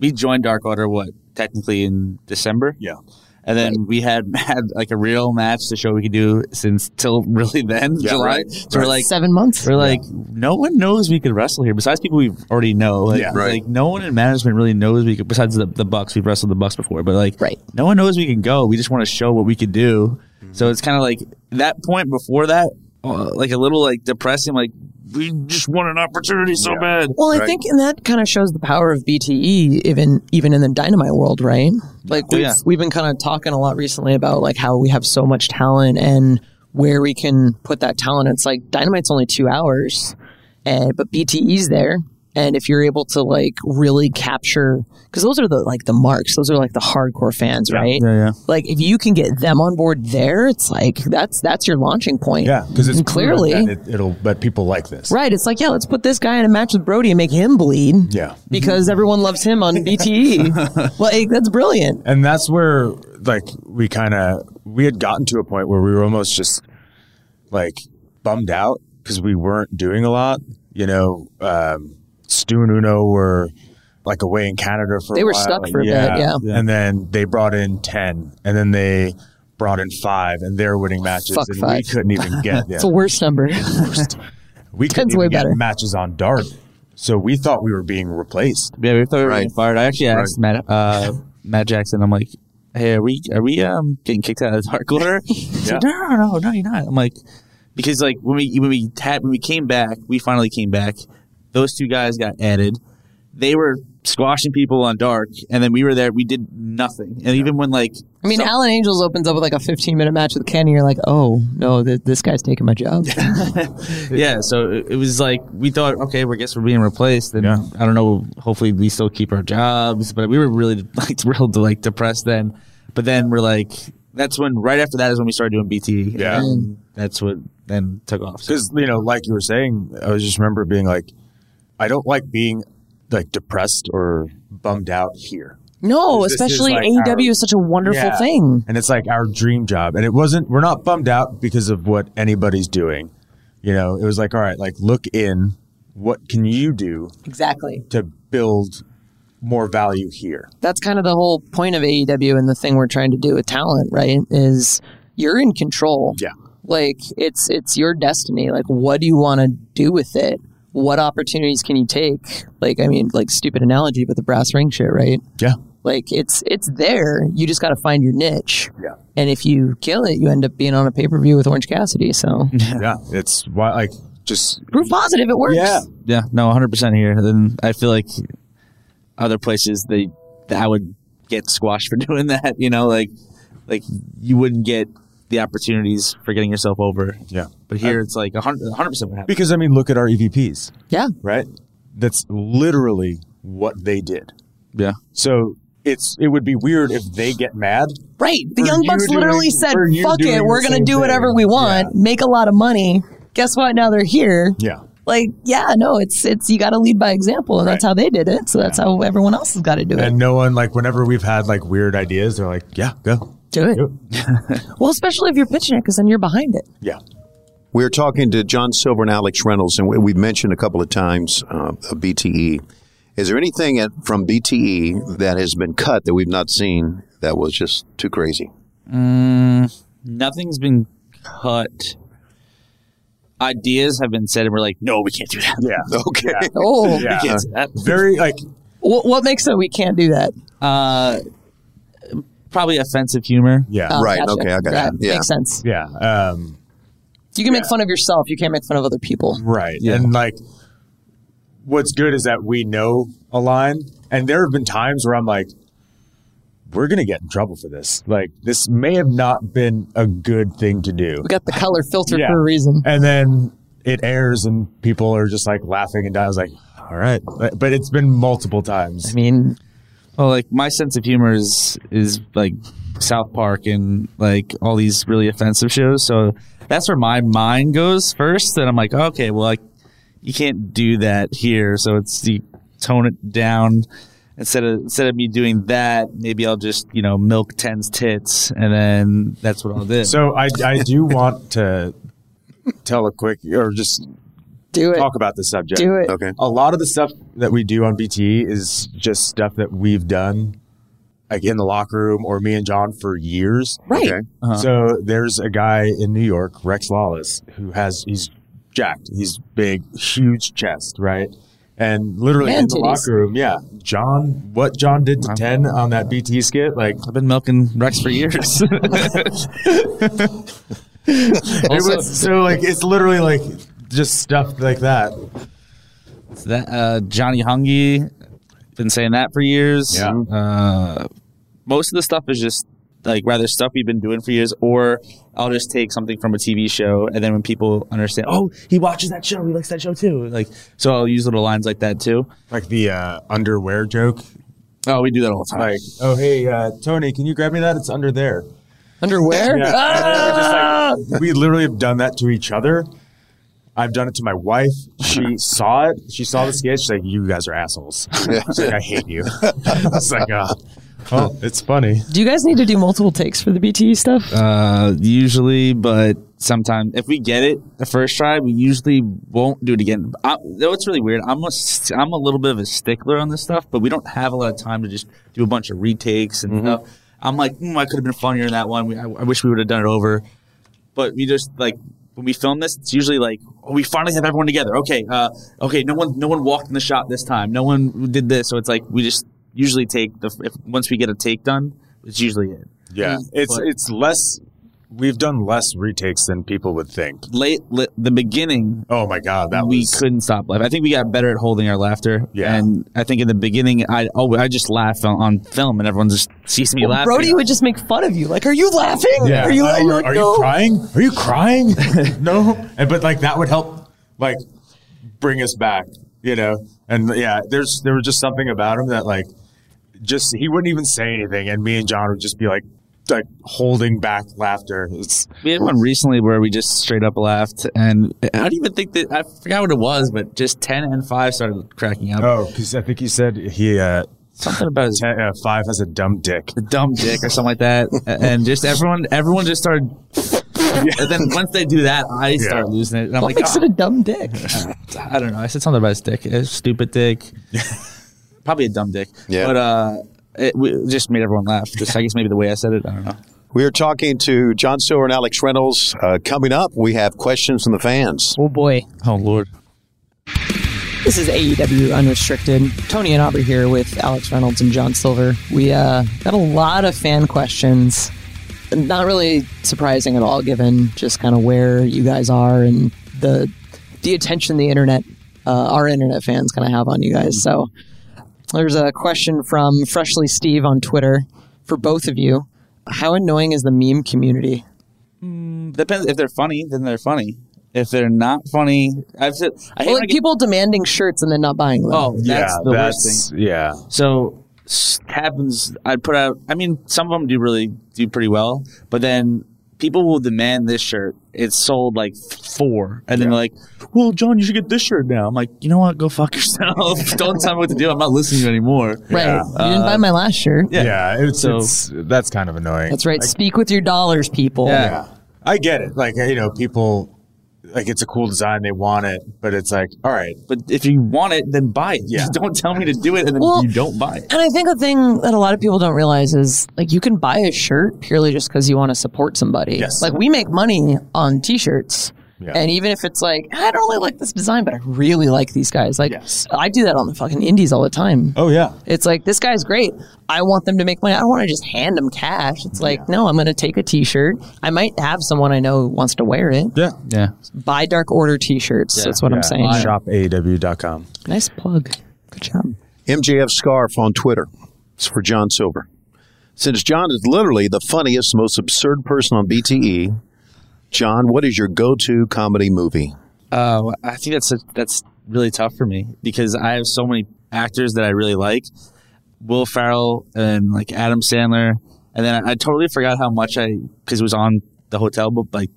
Speaker 4: we joined Dark Order what technically in December.
Speaker 3: Yeah.
Speaker 4: And then we had had like a real match to show we could do since till really then July.
Speaker 2: right,
Speaker 4: So we're like
Speaker 1: Seven months.
Speaker 4: we're like no one knows we could wrestle here besides people we already know. Like,
Speaker 3: Yeah.
Speaker 2: Right.
Speaker 4: like no one in management really knows we could besides the, the Bucks we've wrestled the Bucks before but like
Speaker 1: Right.
Speaker 4: no one knows we can go. We just want to show what we could do. So it's kind of like that point before that uh, like a little like depressing like we just want an opportunity so bad.
Speaker 1: Well, I
Speaker 2: Right.
Speaker 1: think, and that kind of shows the power of BTE, even even in the dynamite world, right? Like we've
Speaker 4: yeah.
Speaker 1: we've been kind of talking a lot recently about like how we have so much talent and where we can put that talent. It's like dynamite's only two hours, and but BTE's there, And if you're able to like really capture, because those are the like the marks, those are like the hardcore fans, right?
Speaker 4: Yeah, yeah.
Speaker 1: Like if you can get them on board there, it's like that's that's your launching point.
Speaker 3: Yeah, because it's
Speaker 1: And clearly.
Speaker 3: proven that it, it'll. But people like this.
Speaker 1: Right. It's like, yeah, let's put this guy in a match with Brody and make him bleed.
Speaker 3: Yeah.
Speaker 1: Because everyone loves him on BTE. like, that's brilliant.
Speaker 3: and that's where like we kind of we had gotten to a point where we were almost just like bummed out because we weren't doing a lot you know um stu and uno were like away in canada for
Speaker 1: They
Speaker 3: a
Speaker 1: were
Speaker 3: while.
Speaker 1: stuck
Speaker 3: Like,
Speaker 1: for a bit, yeah.
Speaker 3: and then they brought in 10 and then they brought in five and they're winning matches
Speaker 1: Oh, Fuck
Speaker 3: and we
Speaker 1: five.
Speaker 3: couldn't even get yeah,
Speaker 1: It's the worst number.
Speaker 3: we couldn't
Speaker 1: Ten's way
Speaker 3: even get
Speaker 1: better.
Speaker 3: matches on dart so we thought we were being replaced
Speaker 4: Yeah, we thought we were
Speaker 2: Right.
Speaker 4: getting fired. I actually
Speaker 3: Right.
Speaker 4: asked Matt, uh, Matt Jackson. I'm like, hey, are we are we um getting kicked out of the dark order? He's like, no, no, no, no, you're not. I'm like, because like when we when we had when we came back, we finally came back. Those two guys got added. They were squashing people on dark, and then we were there. We did nothing, and even when like
Speaker 1: I mean,
Speaker 4: some-
Speaker 1: Alan Angels opens up with like a 15 minute match with Kenny. You're like, oh, no, th- this guy's taking my job.
Speaker 4: yeah, so it it was like we thought, okay, we guess we're being replaced, and
Speaker 3: Yeah.
Speaker 4: I don't know. Hopefully, we still keep our jobs, but we were really like real to like depressed then. But then we're like, that's when right after that is when we started doing BT.
Speaker 3: Yeah.
Speaker 4: and that's what then took off. So-
Speaker 3: because you know like you were saying i was just remember being like i don't like being like depressed or bummed out here
Speaker 1: no,
Speaker 3: This is
Speaker 1: especially
Speaker 3: like
Speaker 1: AEW
Speaker 3: our-
Speaker 1: is such a wonderful
Speaker 3: Yeah.
Speaker 1: thing.
Speaker 3: and it's like our dream job and it wasn't we're not bummed out because of what anybody's doing you know it was like all right like look in what can you do
Speaker 1: Exactly.
Speaker 3: to build more value here
Speaker 1: That's kind of the whole point of AEW and the thing we're trying to do with talent, right? Is you're in control.
Speaker 3: yeah
Speaker 1: like it's it's your destiny like what do you want to do with it what opportunities can you take like i mean like stupid analogy but the brass ring shit right
Speaker 3: yeah
Speaker 1: like it's it's there you just got to find your niche
Speaker 3: Yeah.
Speaker 1: and if you kill it you end up being on a pay-per-view with orange cassidy so
Speaker 3: yeah it's why like just
Speaker 1: proof positive it works
Speaker 3: yeah
Speaker 4: yeah, no, 100 percent here. Then I feel like other places they I would get squashed for doing that. You know, like like you wouldn't get the opportunities for getting yourself over.
Speaker 3: yeah
Speaker 4: But here it's like 100 percent what happened.
Speaker 3: because i mean look at our evps
Speaker 1: yeah
Speaker 3: right that's literally what they did
Speaker 4: Yeah.
Speaker 3: So it's it would be weird if they get mad.
Speaker 1: right the
Speaker 3: For
Speaker 1: young
Speaker 3: you
Speaker 1: bucks
Speaker 3: doing-
Speaker 1: literally said
Speaker 3: for you
Speaker 1: fuck
Speaker 3: doing
Speaker 1: it
Speaker 3: the
Speaker 1: we're gonna
Speaker 3: same
Speaker 1: do
Speaker 3: thing."
Speaker 1: whatever we want make a lot of money guess what now they're here
Speaker 3: Yeah.
Speaker 1: like yeah no it's it's you got to lead by example and that's how they did it so that's how everyone else has got to do it
Speaker 3: And no one like whenever we've had like weird ideas, they're like, yeah, go.
Speaker 1: Do it. well, especially if you're pitching it, because then you're behind it.
Speaker 3: Yeah.
Speaker 2: We were talking to John Silver and Alex Reynolds, and we- we've mentioned a couple of times uh, of BTE. Is there anything at, from BTE that has been cut that we've not seen that was just too crazy?
Speaker 4: nothing's been cut. Ideas have been said, and we're like, no, we can't do that.
Speaker 3: Yeah.
Speaker 2: Okay.
Speaker 1: Oh,
Speaker 3: Yeah.
Speaker 4: Can't do that.
Speaker 3: Very like
Speaker 1: what, what makes it we can't do that?
Speaker 4: Uh, probably offensive humor.
Speaker 3: yeah.
Speaker 1: Oh,
Speaker 2: Right, okay, I got
Speaker 1: That
Speaker 2: you. Yeah.
Speaker 1: Makes sense.
Speaker 3: Yeah. Um
Speaker 1: You can make fun of yourself. You can't make fun of other people.
Speaker 3: right.
Speaker 4: Yeah.
Speaker 3: And like what's good is that we know a line and there have been times where I'm like we're going to get in trouble for this. Like this may have not been a good thing to do.
Speaker 1: We got the color filter
Speaker 3: Yeah.
Speaker 1: for a reason.
Speaker 3: And then it airs and people are just like laughing and dying. I was like, all right. But- But it's been multiple times.
Speaker 1: I mean,
Speaker 4: Well, like my sense of humor is is like South Park and like all these really offensive shows. So that's where my mind goes first, and I'm like, okay, well, like you can't do that here. So it's you tone it down. Instead of instead of me doing that, maybe I'll just you know milk Ten's tits, and then that's what I'll do.
Speaker 3: So I, I do want to tell a quick or just
Speaker 1: do it.
Speaker 3: talk about the subject.
Speaker 1: Do it.
Speaker 2: Okay.
Speaker 3: A lot of the stuff that we do on BTE is just stuff that we've done like in the locker room or me and John for years.
Speaker 1: Right.
Speaker 2: Okay.
Speaker 3: So there's a guy in New York, Rex Lawless, who has he's jacked. He's big, huge chest, right? And literally
Speaker 1: Man
Speaker 3: in the
Speaker 1: titties.
Speaker 3: locker room, yeah. John, what John did to ten on that BT skit, like
Speaker 4: I've been milking Rex for years.
Speaker 3: it was so like it's literally like just stuff like that.
Speaker 4: that uh, Johnny Hungy, been saying that for years.
Speaker 3: Yeah.
Speaker 4: Uh, most of the stuff is just like rather stuff we've been doing for years, or I'll just take something from a TV show, and then when people understand, oh, he watches that show, he likes that show too. Like, so I'll use little lines like that too.
Speaker 3: Like the uh, underwear joke.
Speaker 4: Oh, we do that all the time.
Speaker 3: Like, oh hey, uh, Tony, can you grab me that? It's under there.
Speaker 1: Underwear?
Speaker 3: Yeah. Just like, we literally have done that to each other. I've done it to my wife. She saw it. She saw the sketch. She's like, "You guys are assholes." She's like, "I hate you." It's like, uh, "Oh, it's funny."
Speaker 1: Do you guys need to do multiple takes for the BTE stuff?
Speaker 4: Uh, usually, but sometimes if we get it the first try, we usually won't do it again. I, though it's really weird. I'm a st- I'm a little bit of a stickler on this stuff, but we don't have a lot of time to just do a bunch of retakes and stuff. I'm like, mm, I could have been funnier in that one. We, I, I wish we would have done it over. But we just like when we film this, it's usually like oh, we finally have everyone together. Okay, uh, okay, no one no one walked in the shot this time. No one did this, so it's like we just usually take the if, once we get a take done, it's usually it.
Speaker 3: Yeah, it's
Speaker 4: But-
Speaker 3: it's less. We've done less retakes than people would think.
Speaker 4: late, li- the beginning
Speaker 3: Oh my god, that
Speaker 4: we
Speaker 3: was
Speaker 4: couldn't stop laughing. I think we got better at holding our laughter.
Speaker 3: Yeah.
Speaker 4: and I think in the beginning, I oh I just laugh on, on film, and everyone just sees me laughing.
Speaker 1: Brody would just make fun of you. Like, are you laughing? Are you,
Speaker 3: I-
Speaker 1: laughing? You're like,
Speaker 3: are
Speaker 1: no.
Speaker 3: you crying? Are you crying? no. And, but like that would help, like bring us back, you know. And yeah, there's there was just something about him that like just he wouldn't even say anything, and me and John would just be like like holding back laughter. It's
Speaker 4: We had one recently where we just straight up laughed, and I don't even think that I forgot what it was, but just ten and five started cracking up.
Speaker 3: oh, because I think he said he uh,
Speaker 4: Something about his
Speaker 3: ten, uh five has a dumb dick.
Speaker 4: dumb dick or something like that, and just everyone everyone just started. And then once they do that, I start losing it, and I'm
Speaker 1: What
Speaker 4: like,
Speaker 1: makes
Speaker 4: "Ah."
Speaker 1: it a dumb dick?
Speaker 4: I don't know. I said something about his dick. A stupid dick. Probably a dumb dick.
Speaker 2: Yeah.
Speaker 4: But uh, it, we it just made everyone laugh. Just I guess maybe the way I said it. I don't know.
Speaker 2: We are talking to John Silver and Alex Reynolds. Uh, coming up, we have questions from the fans.
Speaker 1: oh boy.
Speaker 4: Oh Lord.
Speaker 1: This is AEW Unrestricted. Tony and Aubrey here with Alex Reynolds and John Silver. We uh, got a lot of fan questions. Not really surprising at all, given just kind of where you guys are and the the attention the internet, uh, our internet fans, kind of have on you guys. So there's a question from Freshly Steve on Twitter for both of you. How annoying is the meme community?
Speaker 4: Depends if they're funny, then they're funny. If they're not funny, I've said I
Speaker 1: Well,
Speaker 4: hate when I
Speaker 1: like
Speaker 4: get-
Speaker 1: people demanding shirts and then not buying them.
Speaker 4: Oh, that's
Speaker 3: yeah,
Speaker 4: the
Speaker 3: that's
Speaker 4: worst thing.
Speaker 3: yeah.
Speaker 4: So s- happens. I put out. I mean, some of them do really do pretty well, but then people will demand this shirt. It's sold like four, and then they're like, "Well, John, you should get this shirt now." I'm like, you know what? Go fuck yourself. Don't tell me what to do. I'm not listening to you anymore.
Speaker 1: right. You didn't buy
Speaker 4: Uh,
Speaker 1: my last shirt.
Speaker 4: Yeah.
Speaker 3: Yeah, it's,
Speaker 4: So-
Speaker 3: it's that's kind of annoying.
Speaker 1: That's right. Speak with your dollars, people.
Speaker 4: Yeah.
Speaker 3: Yeah. I get it. Like, you know, people, like, it's a cool design. They want it, but it's like, all right.
Speaker 4: But if you want it, then buy it.
Speaker 3: Yeah.
Speaker 4: Don't tell me to do it, and then
Speaker 1: Well-
Speaker 4: you don't buy it.
Speaker 1: And I think the thing that a lot of people don't realize is like you can buy a shirt purely just because you want to support somebody.
Speaker 3: Yes.
Speaker 1: Like we make money on t-shirts. And even if it's like, I don't really like this design, but I really like these guys. Like I do that on the fucking indies all the time.
Speaker 3: Oh, yeah.
Speaker 1: It's like this guy's great. I want them to make money. I don't want to just hand them cash. It's like, no, I'm going to take a t-shirt. I might have someone I know who wants to wear it.
Speaker 3: Yeah.
Speaker 4: Yeah.
Speaker 1: Buy Dark Order t-shirts. That's what I'm saying.
Speaker 3: Shop AEW.com.
Speaker 1: Nice plug. Good job.
Speaker 2: MJF scarf on Twitter. It's for John Silver. Since John is literally the funniest, most absurd person on BTE, John, what is your go-to comedy movie?
Speaker 4: Uh, I think that's that's really tough for me because I have so many actors that I really like, Will Farrell and like Adam Sandler, and then I, I totally forgot how much I because it was on the hotel, but like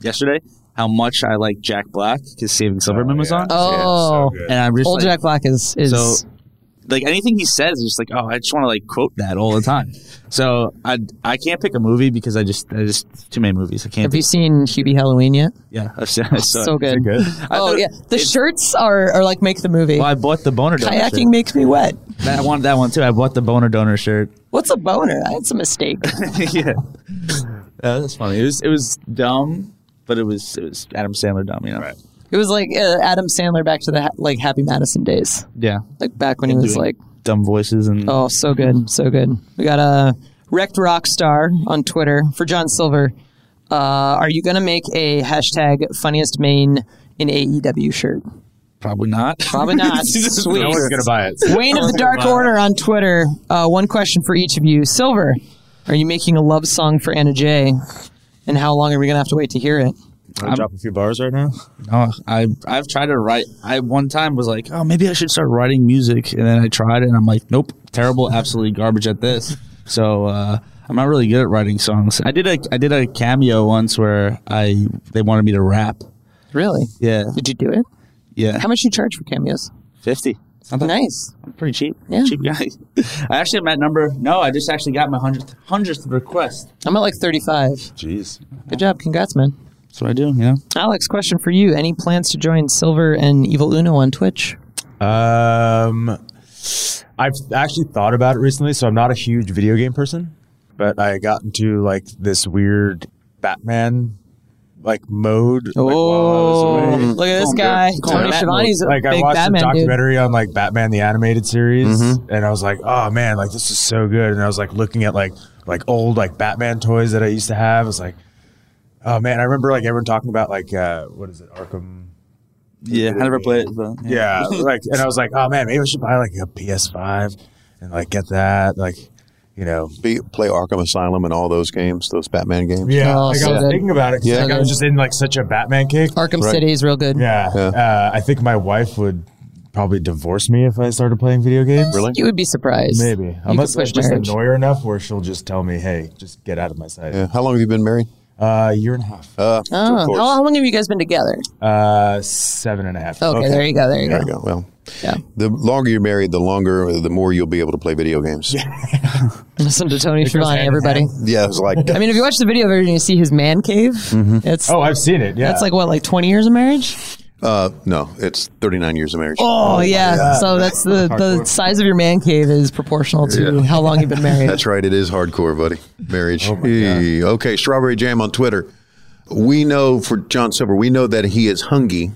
Speaker 4: yesterday, how much I like Jack Black because Saving Silverman was on,
Speaker 1: Oh.
Speaker 3: Yeah, so good.
Speaker 4: and I'm just
Speaker 1: Old
Speaker 4: like,
Speaker 1: Jack Black is is
Speaker 4: So, like anything he says is just like, oh, I just want to like quote that all the time. so I I can't pick a movie because I just I just too many movies. I can't.
Speaker 1: Have you seen Hubie Halloween yet?
Speaker 4: yeah, I've seen, I saw
Speaker 1: So,
Speaker 4: it.
Speaker 1: good.
Speaker 3: Good.
Speaker 4: I
Speaker 1: Oh
Speaker 4: thought-
Speaker 1: yeah, the
Speaker 4: it-
Speaker 1: shirts are, are like make the movie.
Speaker 4: Well, I bought the boner donor shirt.
Speaker 1: Kayaking makes me wet.
Speaker 4: That- I wanted that one too. I bought the boner donor shirt.
Speaker 1: What's a boner? That's a mistake.
Speaker 4: yeah, Uh, that's funny. It was it was dumb, but it was it was Adam Sandler dumb. You know. Right.
Speaker 1: it was like uh, Adam Sandler back to the ha- like Happy Madison days,
Speaker 4: Yeah.
Speaker 1: like back when he
Speaker 4: And
Speaker 1: was
Speaker 4: doing
Speaker 1: like,
Speaker 4: dumb voices and
Speaker 1: oh, so good, so good. We got a wrecked rock star on Twitter for John Silver. Uh, are you gonna make a hashtag funniest main in AEW shirt?
Speaker 4: probably not.
Speaker 1: Probably not. Sweet.
Speaker 3: No one's going to buy it.
Speaker 1: Wayne of the Dark Order on Twitter. Uh, one question for each of you. Silver, Are you making a love song for Anna Jay? And how long are we gonna have to wait to hear it?
Speaker 3: Wanna drop a few bars right now.
Speaker 4: Oh, I I've tried to write. I one time was like, oh, maybe I should start writing music, and then I tried it, and I'm like, nope, terrible, absolutely garbage at this. So uh, I'm not really good at writing songs. I did a I did a cameo once where I they wanted me to rap.
Speaker 1: Really?
Speaker 4: Yeah,
Speaker 1: Did you do it?
Speaker 4: yeah,
Speaker 1: How much do you charge for cameos?
Speaker 4: fifty.
Speaker 1: Nice.
Speaker 4: Pretty cheap.
Speaker 1: Yeah.
Speaker 4: Cheap guy. I actually am at number. No, I just actually got my hundredth hundredth request.
Speaker 1: I'm at like 35.
Speaker 3: Jeez.
Speaker 1: Good job. Congrats, man.
Speaker 4: That's what I do. You know.
Speaker 1: Alex, question for you. Any plans to join Silver and Evil Uno on Twitch?
Speaker 3: Um, I've actually thought about it recently, so I'm not a huge video game person, but I got into like this weird Batman like mode. like, while I was away.
Speaker 1: Oh, look at this guy. Tony Schiavone's a
Speaker 3: like I
Speaker 1: big
Speaker 3: watched
Speaker 1: Batman
Speaker 3: a
Speaker 1: dude.
Speaker 3: documentary on like Batman the animated series, and I was like, oh man, like this is so good. And I was like looking at like like old like Batman toys that I used to have. I was like, oh man, I remember like everyone talking about like uh, what is it, Arkham.
Speaker 4: Yeah, I never played it. But,
Speaker 3: Yeah, like, and I was like, oh man, maybe I should buy like a PS5 and like get that, like, you know.
Speaker 2: Be, play Arkham Asylum and all those games, those Batman games.
Speaker 3: Yeah,
Speaker 1: Oh,
Speaker 3: like,
Speaker 1: so
Speaker 3: I was
Speaker 1: good.
Speaker 3: thinking about it. 'cause,
Speaker 2: Yeah.
Speaker 3: like, I was just in like such a Batman kick.
Speaker 1: Arkham
Speaker 2: Right.
Speaker 1: City is real good.
Speaker 3: Yeah,
Speaker 2: Yeah.
Speaker 3: Uh, I think my wife would probably divorce me if I started playing video games.
Speaker 2: Really?
Speaker 1: You would be surprised.
Speaker 3: Maybe,
Speaker 1: You
Speaker 3: unless
Speaker 1: could
Speaker 3: I
Speaker 1: push
Speaker 3: just
Speaker 1: marriage.
Speaker 3: annoy her enough where she'll just tell me, "Hey, just get out of my sight."
Speaker 2: Yeah. How long have you been married?
Speaker 3: Uh, year and a half,
Speaker 2: Uh,
Speaker 1: Oh,
Speaker 2: of
Speaker 1: how,
Speaker 2: course.
Speaker 1: how long have you guys been together?
Speaker 3: uh, seven and a half.
Speaker 1: Okay, there you go. There you
Speaker 2: There
Speaker 1: go.
Speaker 2: you go. Well,
Speaker 1: Yeah.
Speaker 2: the longer you're married, the longer, the more you'll be able to play video games.
Speaker 1: Listen to Tony Schiavone,
Speaker 3: hand in
Speaker 1: everybody.
Speaker 2: Yeah, it's like
Speaker 1: I mean, if you watch the video version, you see his man cave. It's
Speaker 3: Oh, I've seen it. Yeah,
Speaker 1: that's like what, like twenty years of marriage?
Speaker 2: uh, no, it's 39 years of marriage.
Speaker 1: Oh, yeah. So that's the the size of your man cave is proportional to
Speaker 2: Yeah.
Speaker 1: how long you've been married.
Speaker 2: That's right. It is hardcore, buddy. Marriage. Eee. Okay, Strawberry Jam on Twitter. We know for John Silver, we know that he is hungry.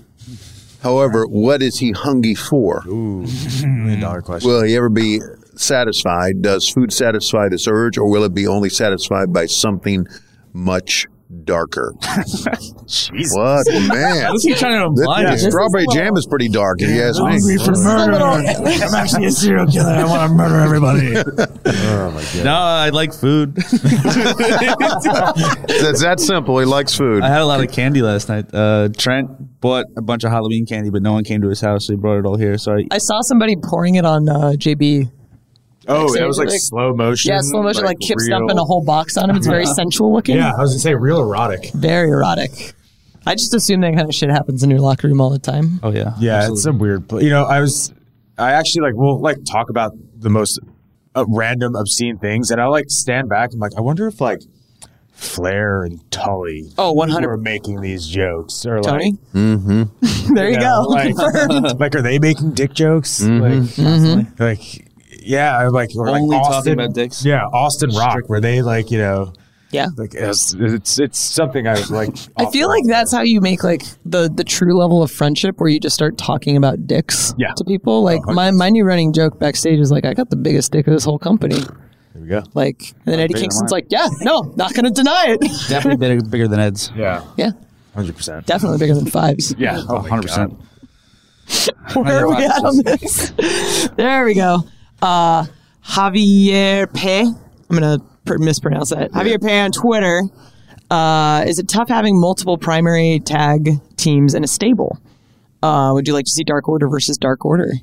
Speaker 2: However, what is he hungry for?
Speaker 3: million dollar question.
Speaker 2: Will he ever be satisfied? Does food satisfy this urge, or will it be only satisfied by something much darker? What man?
Speaker 4: What's he trying to
Speaker 2: This-
Speaker 4: imply?
Speaker 2: yeah,
Speaker 4: here?
Speaker 2: strawberry jam is pretty dark. If you ask me.
Speaker 3: I'm actually a serial killer. I want to murder everybody. oh my god.
Speaker 4: No, I like food.
Speaker 2: It's that simple. He likes food.
Speaker 4: I had a lot of candy last night. Uh, Trent bought a bunch of Halloween candy, but no one came to his house, so he brought it all here. So I,
Speaker 1: I saw somebody pouring it on uh, JB.
Speaker 3: Oh,
Speaker 1: so
Speaker 3: that was like
Speaker 1: like-
Speaker 3: slow motion.
Speaker 1: Yeah, slow motion, like, kip
Speaker 3: real-
Speaker 1: stumping a whole box on him. It's very sensual looking.
Speaker 3: Yeah, I was gonna say real erotic.
Speaker 1: Very erotic. I just assume that kind of shit happens in your locker room all the time.
Speaker 4: oh yeah,
Speaker 3: Yeah,
Speaker 4: Absolutely.
Speaker 3: it's a weird. Pl- you know, I was, I actually like will like talk about the most uh, random obscene things, and I like stand back. I'm like, I wonder if like Flair and Tully,
Speaker 1: Oh,
Speaker 3: were
Speaker 1: 100.
Speaker 3: making these jokes, or like,
Speaker 1: Tony? Mm-hmm. there you
Speaker 3: you
Speaker 1: go.
Speaker 3: know, like, like, are they making dick jokes?
Speaker 1: Mm-hmm.
Speaker 3: Like, like, yeah, I'm like or
Speaker 4: Mm-hmm. Only
Speaker 3: like
Speaker 4: talking
Speaker 3: Austin,
Speaker 4: about dicks.
Speaker 3: Yeah, Austin Rock, where they like you know.
Speaker 1: yeah.
Speaker 3: Like it's, it's it's something I was like.
Speaker 1: I feel like that's how you make like the the true level of friendship where you just start talking about dicks
Speaker 3: Yeah.
Speaker 1: to people. Like my my new running joke backstage is like I got the biggest dick of this whole company.
Speaker 3: There we go.
Speaker 1: Like and then Eddie Kingston's like, yeah, no, not gonna deny it.
Speaker 4: definitely bigger, bigger than Ed's.
Speaker 3: Yeah,
Speaker 1: yeah,
Speaker 3: hundred percent.
Speaker 1: definitely bigger than fives.
Speaker 3: Yeah,
Speaker 4: Oh, 100%.
Speaker 1: Where are we at on this? there we go. Uh, Javier Pe. I'm gonna pr- mispronounce that. Javier Pe on Twitter. Uh, is it tough having multiple primary tag teams in a stable? Uh, would you like to see Dark Order versus Dark Order?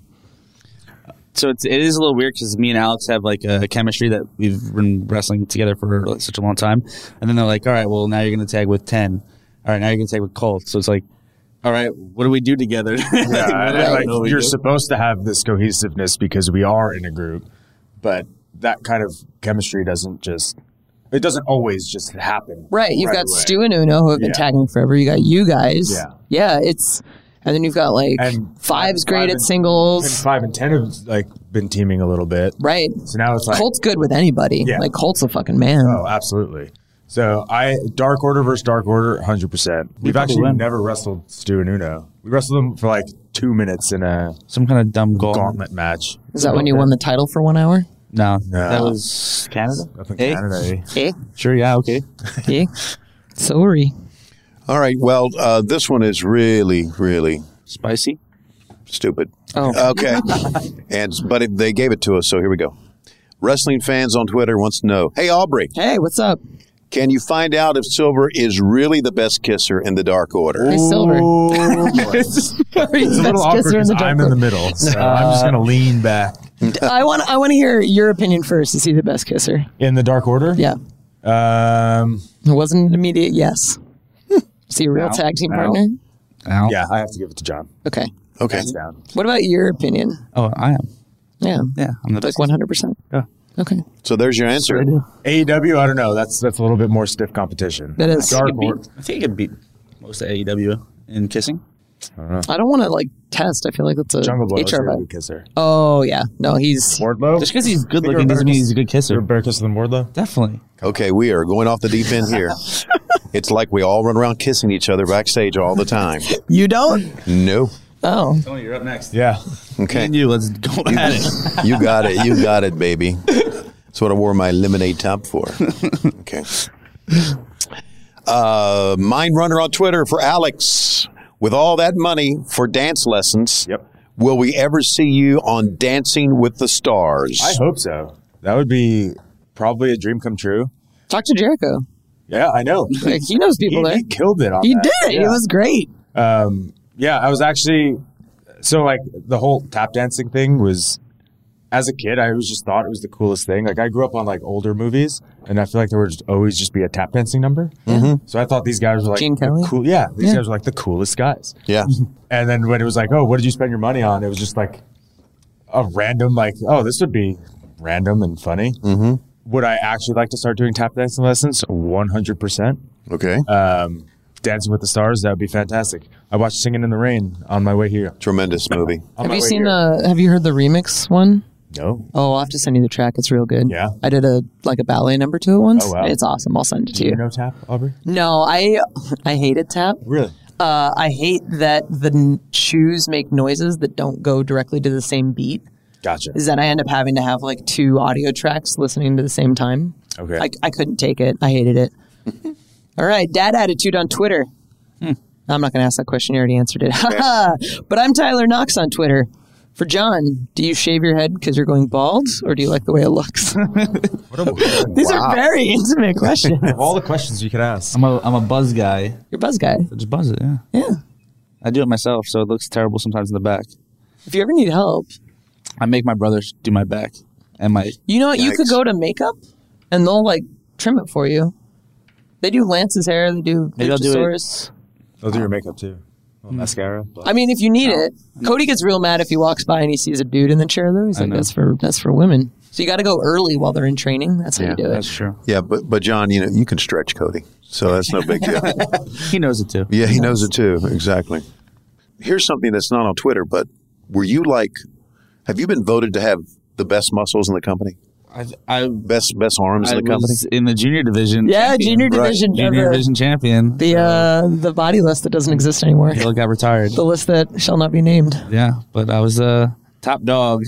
Speaker 4: So it's, it is a little weird because me and Alex have like a chemistry that we've been wrestling together for like, such a long time, and then they're like, "All right, well now you're gonna tag with ten. All right, now you're gonna tag with Colt." So it's like, "All right, what do we do together?"
Speaker 3: Yeah,
Speaker 4: I don't
Speaker 3: and, like,
Speaker 4: know what we
Speaker 3: you're
Speaker 4: do.
Speaker 3: supposed to have this cohesiveness because we are in a group, but that kind of chemistry doesn't just it doesn't always just happen.
Speaker 1: Right. You've got
Speaker 3: away.
Speaker 1: Stu and Uno who have been
Speaker 3: Yeah.
Speaker 1: tagging forever. You got you guys.
Speaker 3: Yeah.
Speaker 1: Yeah. It's and then you've got like
Speaker 3: And
Speaker 1: five's great
Speaker 3: five
Speaker 1: at
Speaker 3: and- And
Speaker 1: singles.
Speaker 3: five and ten have like been teaming a little bit,
Speaker 1: right.
Speaker 3: so now it's like
Speaker 1: Colt's good with anybody.
Speaker 3: Yeah.
Speaker 1: Like Colt's a fucking man.
Speaker 3: oh, absolutely. So I Dark Order versus Dark Order, hundred percent. We've
Speaker 4: probably
Speaker 3: actually
Speaker 4: win.
Speaker 3: never wrestled Stu and Uno. We wrestled them for like two minutes in a
Speaker 4: some kind of dumb goal.
Speaker 3: gauntlet match.
Speaker 1: Is that when you won the title for one hour?
Speaker 4: No,
Speaker 3: No.
Speaker 4: that was Canada.
Speaker 3: Up in
Speaker 4: Eh?
Speaker 3: Canada.
Speaker 1: Eh?
Speaker 4: Sure, yeah, okay.
Speaker 1: Eh? Sorry.
Speaker 2: All right. Well, uh, this one is really, really
Speaker 4: Spicy.
Speaker 2: stupid.
Speaker 1: Oh.
Speaker 2: Okay. and but it, they gave it to us, so here we go. Wrestling fans on Twitter wants to know Hey, Aubrey,
Speaker 1: Hey, what's up?
Speaker 2: can you find out if Silver is really the best kisser in the Dark Order?
Speaker 1: Hey, Silver.
Speaker 3: It's a little awkward because I'm in the middle, so
Speaker 1: Uh,
Speaker 3: I'm just gonna lean back.
Speaker 1: I want I want to hear your opinion first. Is he the best kisser?
Speaker 3: In the Dark Order,
Speaker 1: Yeah.
Speaker 3: Um,
Speaker 1: It wasn't an immediate yes. Is he a real tag team partner?
Speaker 3: yeah, I have to give it to John.
Speaker 1: Okay.
Speaker 2: Okay.
Speaker 3: Hands down.
Speaker 1: What about your opinion?
Speaker 4: Oh, I am.
Speaker 1: Yeah.
Speaker 4: Yeah, I'm the
Speaker 1: Like
Speaker 4: best.
Speaker 1: 100%.
Speaker 4: Yeah.
Speaker 1: Okay.
Speaker 2: So there's your answer.
Speaker 3: AEW, E I don't know. That's that's a little bit more stiff competition.
Speaker 1: That is.
Speaker 3: Dark
Speaker 4: Beat-
Speaker 3: Order.
Speaker 4: I think it beat most of AEW in kissing.
Speaker 1: I don't want to like test. I feel like that's a
Speaker 3: Jungle Boy was
Speaker 1: HR
Speaker 3: a
Speaker 1: vibe.
Speaker 3: good kisser.
Speaker 1: Oh, yeah. No, he's
Speaker 3: Wardlow,
Speaker 4: Just because he's good
Speaker 3: Think
Speaker 4: looking doesn't mean
Speaker 3: Roberta's-
Speaker 4: he's a good
Speaker 3: Is there
Speaker 4: kisser.
Speaker 3: a better kisser than Wardlow?
Speaker 4: Definitely.
Speaker 2: Okay, we are going off the deep end here. it's like we all run around kissing each other backstage all the time.
Speaker 1: You don't?
Speaker 2: No.
Speaker 1: Oh.
Speaker 4: Tony, you're up next.
Speaker 3: Yeah.
Speaker 2: Okay.
Speaker 4: And you, let's go at it.
Speaker 2: You got it. You got it, baby. That's what I wore my lemonade top for. Okay. Uh, Mind runner on Twitter for Alex. With all that money for dance lessons,
Speaker 3: Yep.
Speaker 2: will we ever see you on Dancing with the Stars?
Speaker 3: I hope so. That would be probably a dream come true.
Speaker 1: Talk to Jericho.
Speaker 3: Yeah, I know.
Speaker 1: Like, he knows
Speaker 3: he,
Speaker 1: people there.
Speaker 3: he killed it on
Speaker 1: He
Speaker 3: that.
Speaker 1: did it. It
Speaker 3: Yeah.
Speaker 1: was great.
Speaker 3: Um, yeah, I was actually so like the whole tap dancing thing was as a kid, I was just thought it was the coolest thing. Like I grew up on like older movies, and I feel like there would just always just be a tap dancing number. Mm-hmm. So I thought these guys were like
Speaker 1: Gene
Speaker 3: the
Speaker 1: Kelly?
Speaker 3: cool. Yeah, these guys were like the coolest guys.
Speaker 2: yeah.
Speaker 3: And then when it was like, oh, what did you spend your money on? It was just like a random, like, oh, this would be random and funny. Mm-hmm. Would I actually like to start doing tap dancing lessons? 100%.
Speaker 2: Okay.
Speaker 3: Um, Dancing with the Stars, that would be fantastic. I watched Singing in the Rain on my way here.
Speaker 2: Tremendous movie.
Speaker 3: On
Speaker 1: have
Speaker 3: my
Speaker 1: you
Speaker 3: way
Speaker 1: seen
Speaker 3: here.
Speaker 1: the have you heard the remix one?
Speaker 3: No.
Speaker 1: Oh, I'll have to send you the track. It's real good.
Speaker 3: Yeah.
Speaker 1: I did a like a ballet number to it once.
Speaker 3: Oh, wow.
Speaker 1: It's awesome. I'll send it to
Speaker 3: Do you
Speaker 1: you.
Speaker 3: know tap, Aubrey?
Speaker 1: No, I I hated tap.
Speaker 3: Really?
Speaker 1: Uh, I hate that the n- shoes make noises that don't go directly to the same beat.
Speaker 3: Gotcha.
Speaker 1: Is that I end up having to have like two audio tracks listening to the same time?
Speaker 3: Okay.
Speaker 1: I, I couldn't take it. I hated it. All right, dad attitude on Twitter.
Speaker 4: Hmm.
Speaker 1: I'm not going to ask that question. You already answered it. but I'm Tyler Knox on Twitter. For John, do you shave your head because you're going bald, or do you like the way it looks? These are very intimate questions.
Speaker 3: Of all the questions you could ask.
Speaker 4: I'm a, I'm a buzz guy.
Speaker 1: You're buzz guy.
Speaker 4: I just buzz it, yeah.
Speaker 1: Yeah.
Speaker 4: I do it myself, so it looks terrible sometimes in the back.
Speaker 1: If you ever need help,
Speaker 4: I make my brothers do my back and my
Speaker 1: You know, what? you could
Speaker 2: Yikes.
Speaker 1: go to makeup, and they'll like trim it for you. They do Lance's hair. They do
Speaker 4: Maybe I'll do it.
Speaker 1: Luchasaurus.
Speaker 3: I'll do your makeup too. Little Mascara. but-
Speaker 1: I mean, if you need it, Cody gets real mad if he walks by and he sees a dude in the chair. Though he's like,
Speaker 4: know.
Speaker 1: "That's for that's for women." So you got to go early while they're in training. That's how you do it.
Speaker 4: that's true.
Speaker 2: Yeah, but but John, you know you can stretch Cody, so that's no big deal.
Speaker 4: He knows it too.
Speaker 2: Yeah, he knows it too. Exactly. Here's something that's not on Twitter, but were you like, have you been voted to have the best muscles in the company,
Speaker 4: I I,
Speaker 2: best best arms
Speaker 4: I
Speaker 2: in the company?
Speaker 4: was in the junior division.
Speaker 1: Yeah,
Speaker 4: champion.
Speaker 1: junior division.
Speaker 4: junior
Speaker 1: ever.
Speaker 4: division champion.
Speaker 1: The uh, the body list that doesn't exist anymore.
Speaker 4: Hill got retired.
Speaker 1: The list that shall not be named.
Speaker 4: Yeah, but I was uh, top dog,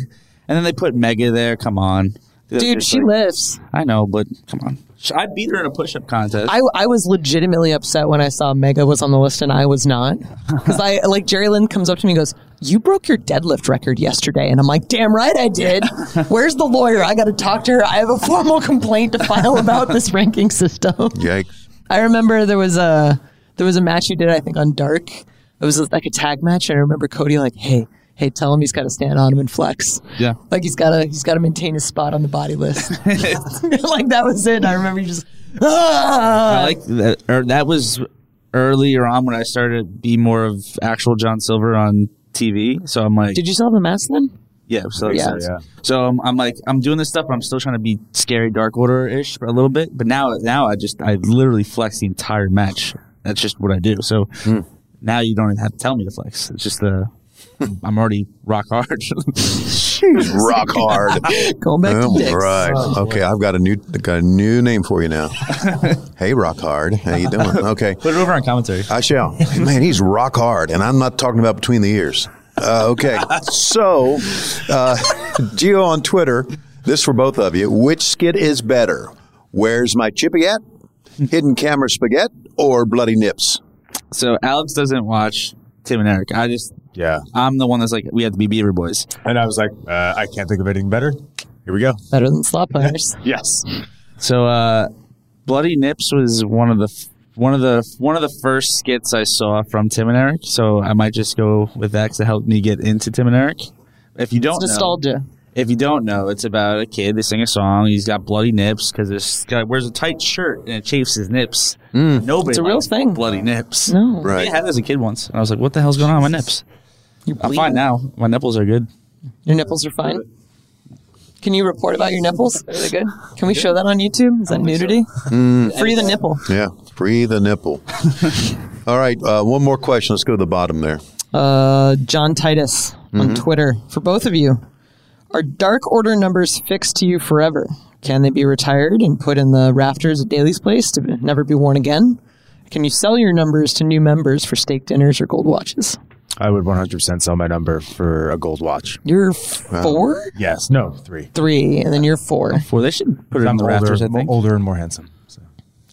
Speaker 4: and then they put Mega there. Come on,
Speaker 1: Dude,
Speaker 4: It's
Speaker 1: she
Speaker 4: like-
Speaker 1: lifts.
Speaker 4: I know, but come on. Sh- I beat her in a push-up contest.
Speaker 1: I, I was legitimately upset when I saw Mega was on the list and I was not. Because I like Jerry Lynn comes up to me and goes, You broke your deadlift record yesterday. And I'm like, Damn right I did. Where's the lawyer? I got to talk to her. I have a formal complaint to file about this ranking system.
Speaker 2: Yikes!
Speaker 1: I remember there was a there was a match you did I think on Dark. It was like a tag match, and I remember Cody like, "Hey, hey, tell him he's got to stand on him and flex.
Speaker 4: Yeah.
Speaker 1: like he's gotta he's gotta maintain his spot on the body list. like that was it. I remember you just ah.
Speaker 4: I like that. Or that was earlier on when I started to be more of actual John Silver on TV. So I'm like,
Speaker 1: Did you still have a mask then?
Speaker 4: yeah, so
Speaker 1: Yeah.
Speaker 4: so- So um, I'm, I'm like, I'm doing this stuff, but I'm still trying to be scary Dark Order ish for a little bit. But now, now I just, I literally flex the entire match. That's just what I do. So now you don't even have to tell me to flex. It's just the, I'm already rock hard.
Speaker 2: Rock hard.
Speaker 1: Going back to dicks.
Speaker 2: Oh, right. okay, I've got a new got a new name for you now. hey, Rock Hard, how you doing? Okay,
Speaker 4: Put it over on commentary.
Speaker 2: I shall. Man, he's rock hard, and I'm not talking about between the ears. Uh, okay, so uh, Geo on Twitter, this for both of you. Which skit is better? Where's my chippy at? Hidden camera spaghetti or bloody nips?
Speaker 4: So Alex doesn't watch Tim and Eric. I just,
Speaker 3: Yeah.
Speaker 4: I'm the one that's like, we have to be Beaver Boys.
Speaker 3: And I was like, uh, I can't think of anything better. Here we go.
Speaker 1: Better than slot players.
Speaker 3: Yes.
Speaker 4: So, uh, Bloody Nips was one of the f- one of the one of the first skits I saw from Tim and Eric. So I might just go with that because it helped me get into Tim and Eric. If you don't
Speaker 1: It's
Speaker 4: know,
Speaker 1: nostalgia.
Speaker 4: if you don't know, it's about a kid. They sing a song. He's got bloody nips because this guy wears a tight shirt and it chafes his nips. Nobody,
Speaker 1: It's a real
Speaker 4: likes
Speaker 1: thing.
Speaker 4: Bloody nips.
Speaker 1: No.
Speaker 2: Right.
Speaker 4: I had it as a kid once, and I was like, "What the hell's going on with my nips?" I'm fine now. My nipples are good.
Speaker 1: Your nipples are fine. Can you report about your nipples? Are they good? Can we show that on YouTube? Is that nudity? Free the nipple.
Speaker 2: Yeah, free the nipple. All right, uh, one more question. Let's go to the bottom there.
Speaker 1: Uh, John Titus
Speaker 2: Mm-hmm.
Speaker 1: on Twitter for both of you. Are Dark Order numbers fixed to you forever? Can they be retired and put in the rafters at Daly's Place to be- never be worn again? Can you sell your numbers to new members for steak dinners or gold watches?
Speaker 3: I would 100% sell my number for a gold watch.
Speaker 1: You're f- four,
Speaker 3: Yes. No, three.
Speaker 1: three, and then you're four.
Speaker 4: Four, they should put it
Speaker 3: I'm
Speaker 4: in the rafters.
Speaker 3: older,
Speaker 4: I think,
Speaker 3: older and more handsome. So.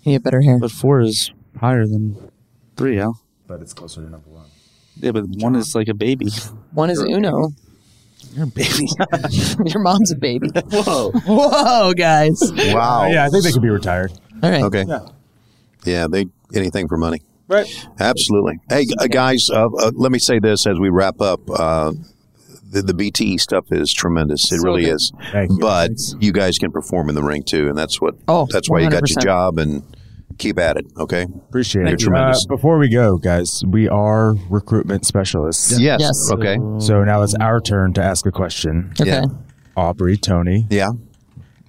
Speaker 1: You have better hair.
Speaker 4: but four is higher than three. Al.
Speaker 3: But it's closer to number one.
Speaker 4: Yeah, but one is like a baby.
Speaker 1: One is Uno.
Speaker 4: You're a baby.
Speaker 1: Your mom's a baby.
Speaker 4: Whoa.
Speaker 1: Whoa, guys.
Speaker 2: Wow.
Speaker 3: yeah, I think they could be retired.
Speaker 1: All right.
Speaker 2: Okay. Yeah.
Speaker 3: Yeah.
Speaker 2: they anything for money.
Speaker 3: Right.
Speaker 2: Absolutely. Hey, uh, guys, uh, uh, let me say this as we wrap up. Uh, the, the BTE stuff is tremendous. It really
Speaker 1: good.
Speaker 2: is.
Speaker 3: Thank you.
Speaker 2: But you guys can perform in the ring too, and that's what.
Speaker 1: Oh,
Speaker 2: that's why you got your
Speaker 1: 100%.
Speaker 2: job and keep at it. Okay.
Speaker 3: Appreciate
Speaker 2: Thank
Speaker 3: it. Uh,
Speaker 2: you. Tremendous.
Speaker 3: before we go, guys, we are recruitment specialists.
Speaker 2: Yes.
Speaker 1: Yes.
Speaker 2: Okay.
Speaker 3: So now it's our turn to ask a question.
Speaker 1: Okay.
Speaker 2: Yeah.
Speaker 3: Aubrey, Tony,
Speaker 2: Yeah.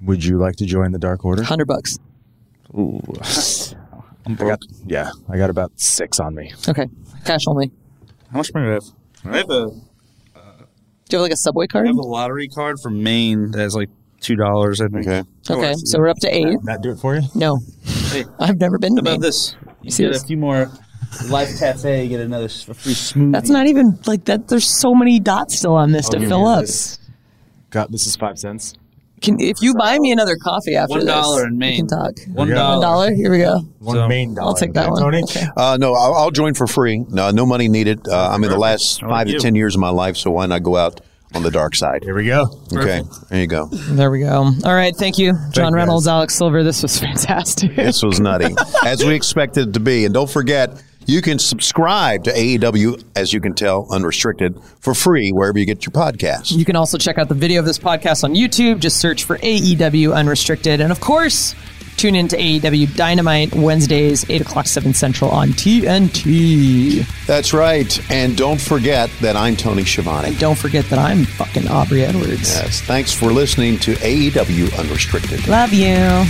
Speaker 3: would you like to join the Dark Order?
Speaker 1: 100 bucks.
Speaker 4: I'm
Speaker 3: I got, yeah, I got about six on me.
Speaker 1: Okay. Cash only.
Speaker 4: How much money do I have? I have a
Speaker 1: Do you have like a subway
Speaker 4: I
Speaker 1: card?
Speaker 4: have a lottery card from Maine that's like two dollars. I think.
Speaker 2: Okay.
Speaker 1: Okay, so we're up to eight.
Speaker 3: That do it for you?
Speaker 1: No,
Speaker 4: Hey,
Speaker 1: I've never been to
Speaker 4: how about
Speaker 1: Maine.
Speaker 4: this? You
Speaker 1: See
Speaker 4: get
Speaker 1: this?
Speaker 4: a few more Life Cafe. You get another s- a free smoothie.
Speaker 1: That's not even like that. There's so many dots still on this to
Speaker 3: yeah,
Speaker 1: fill
Speaker 3: yeah,
Speaker 1: up.
Speaker 3: this- Got this is five cents.
Speaker 1: Can if you buy me another coffee after
Speaker 4: One
Speaker 1: this,
Speaker 4: dollar in
Speaker 1: we
Speaker 4: Maine.
Speaker 1: can talk.
Speaker 4: One
Speaker 3: Yeah.
Speaker 4: dollar.
Speaker 1: One dollar. Here we go.
Speaker 3: One
Speaker 4: So-
Speaker 3: main dollar.
Speaker 1: I'll take that
Speaker 3: Okay,
Speaker 1: one.
Speaker 3: Tony,
Speaker 1: Okay.
Speaker 2: Uh, no, I'll, I'll join for free. No, no money needed. Uh, I'm in the last
Speaker 4: like
Speaker 2: five to
Speaker 4: you.
Speaker 2: ten years of my life, so why not go out on the dark side?
Speaker 3: here we go.
Speaker 2: Okay, there you go.
Speaker 1: There we go. All right. Thank you, John
Speaker 3: you,
Speaker 1: Reynolds,
Speaker 3: guys.
Speaker 1: Alex Silver. This was fantastic.
Speaker 2: This was nutty, as we expected it to be. And don't forget, you can subscribe to AEW, as you can tell, unrestricted for free wherever you get your podcast.
Speaker 1: You can also check out the video of this podcast on YouTube. Just search for AEW Unrestricted. And of course, tune in to AEW Dynamite Wednesdays, 8 o'clock, 7 Central on TNT.
Speaker 2: That's right. And don't forget that I'm Tony Schiavone.
Speaker 1: Don't forget that I'm fucking Aubrey Edwards.
Speaker 2: E Yes. Thanks for listening to AEW Unrestricted.
Speaker 1: Love you.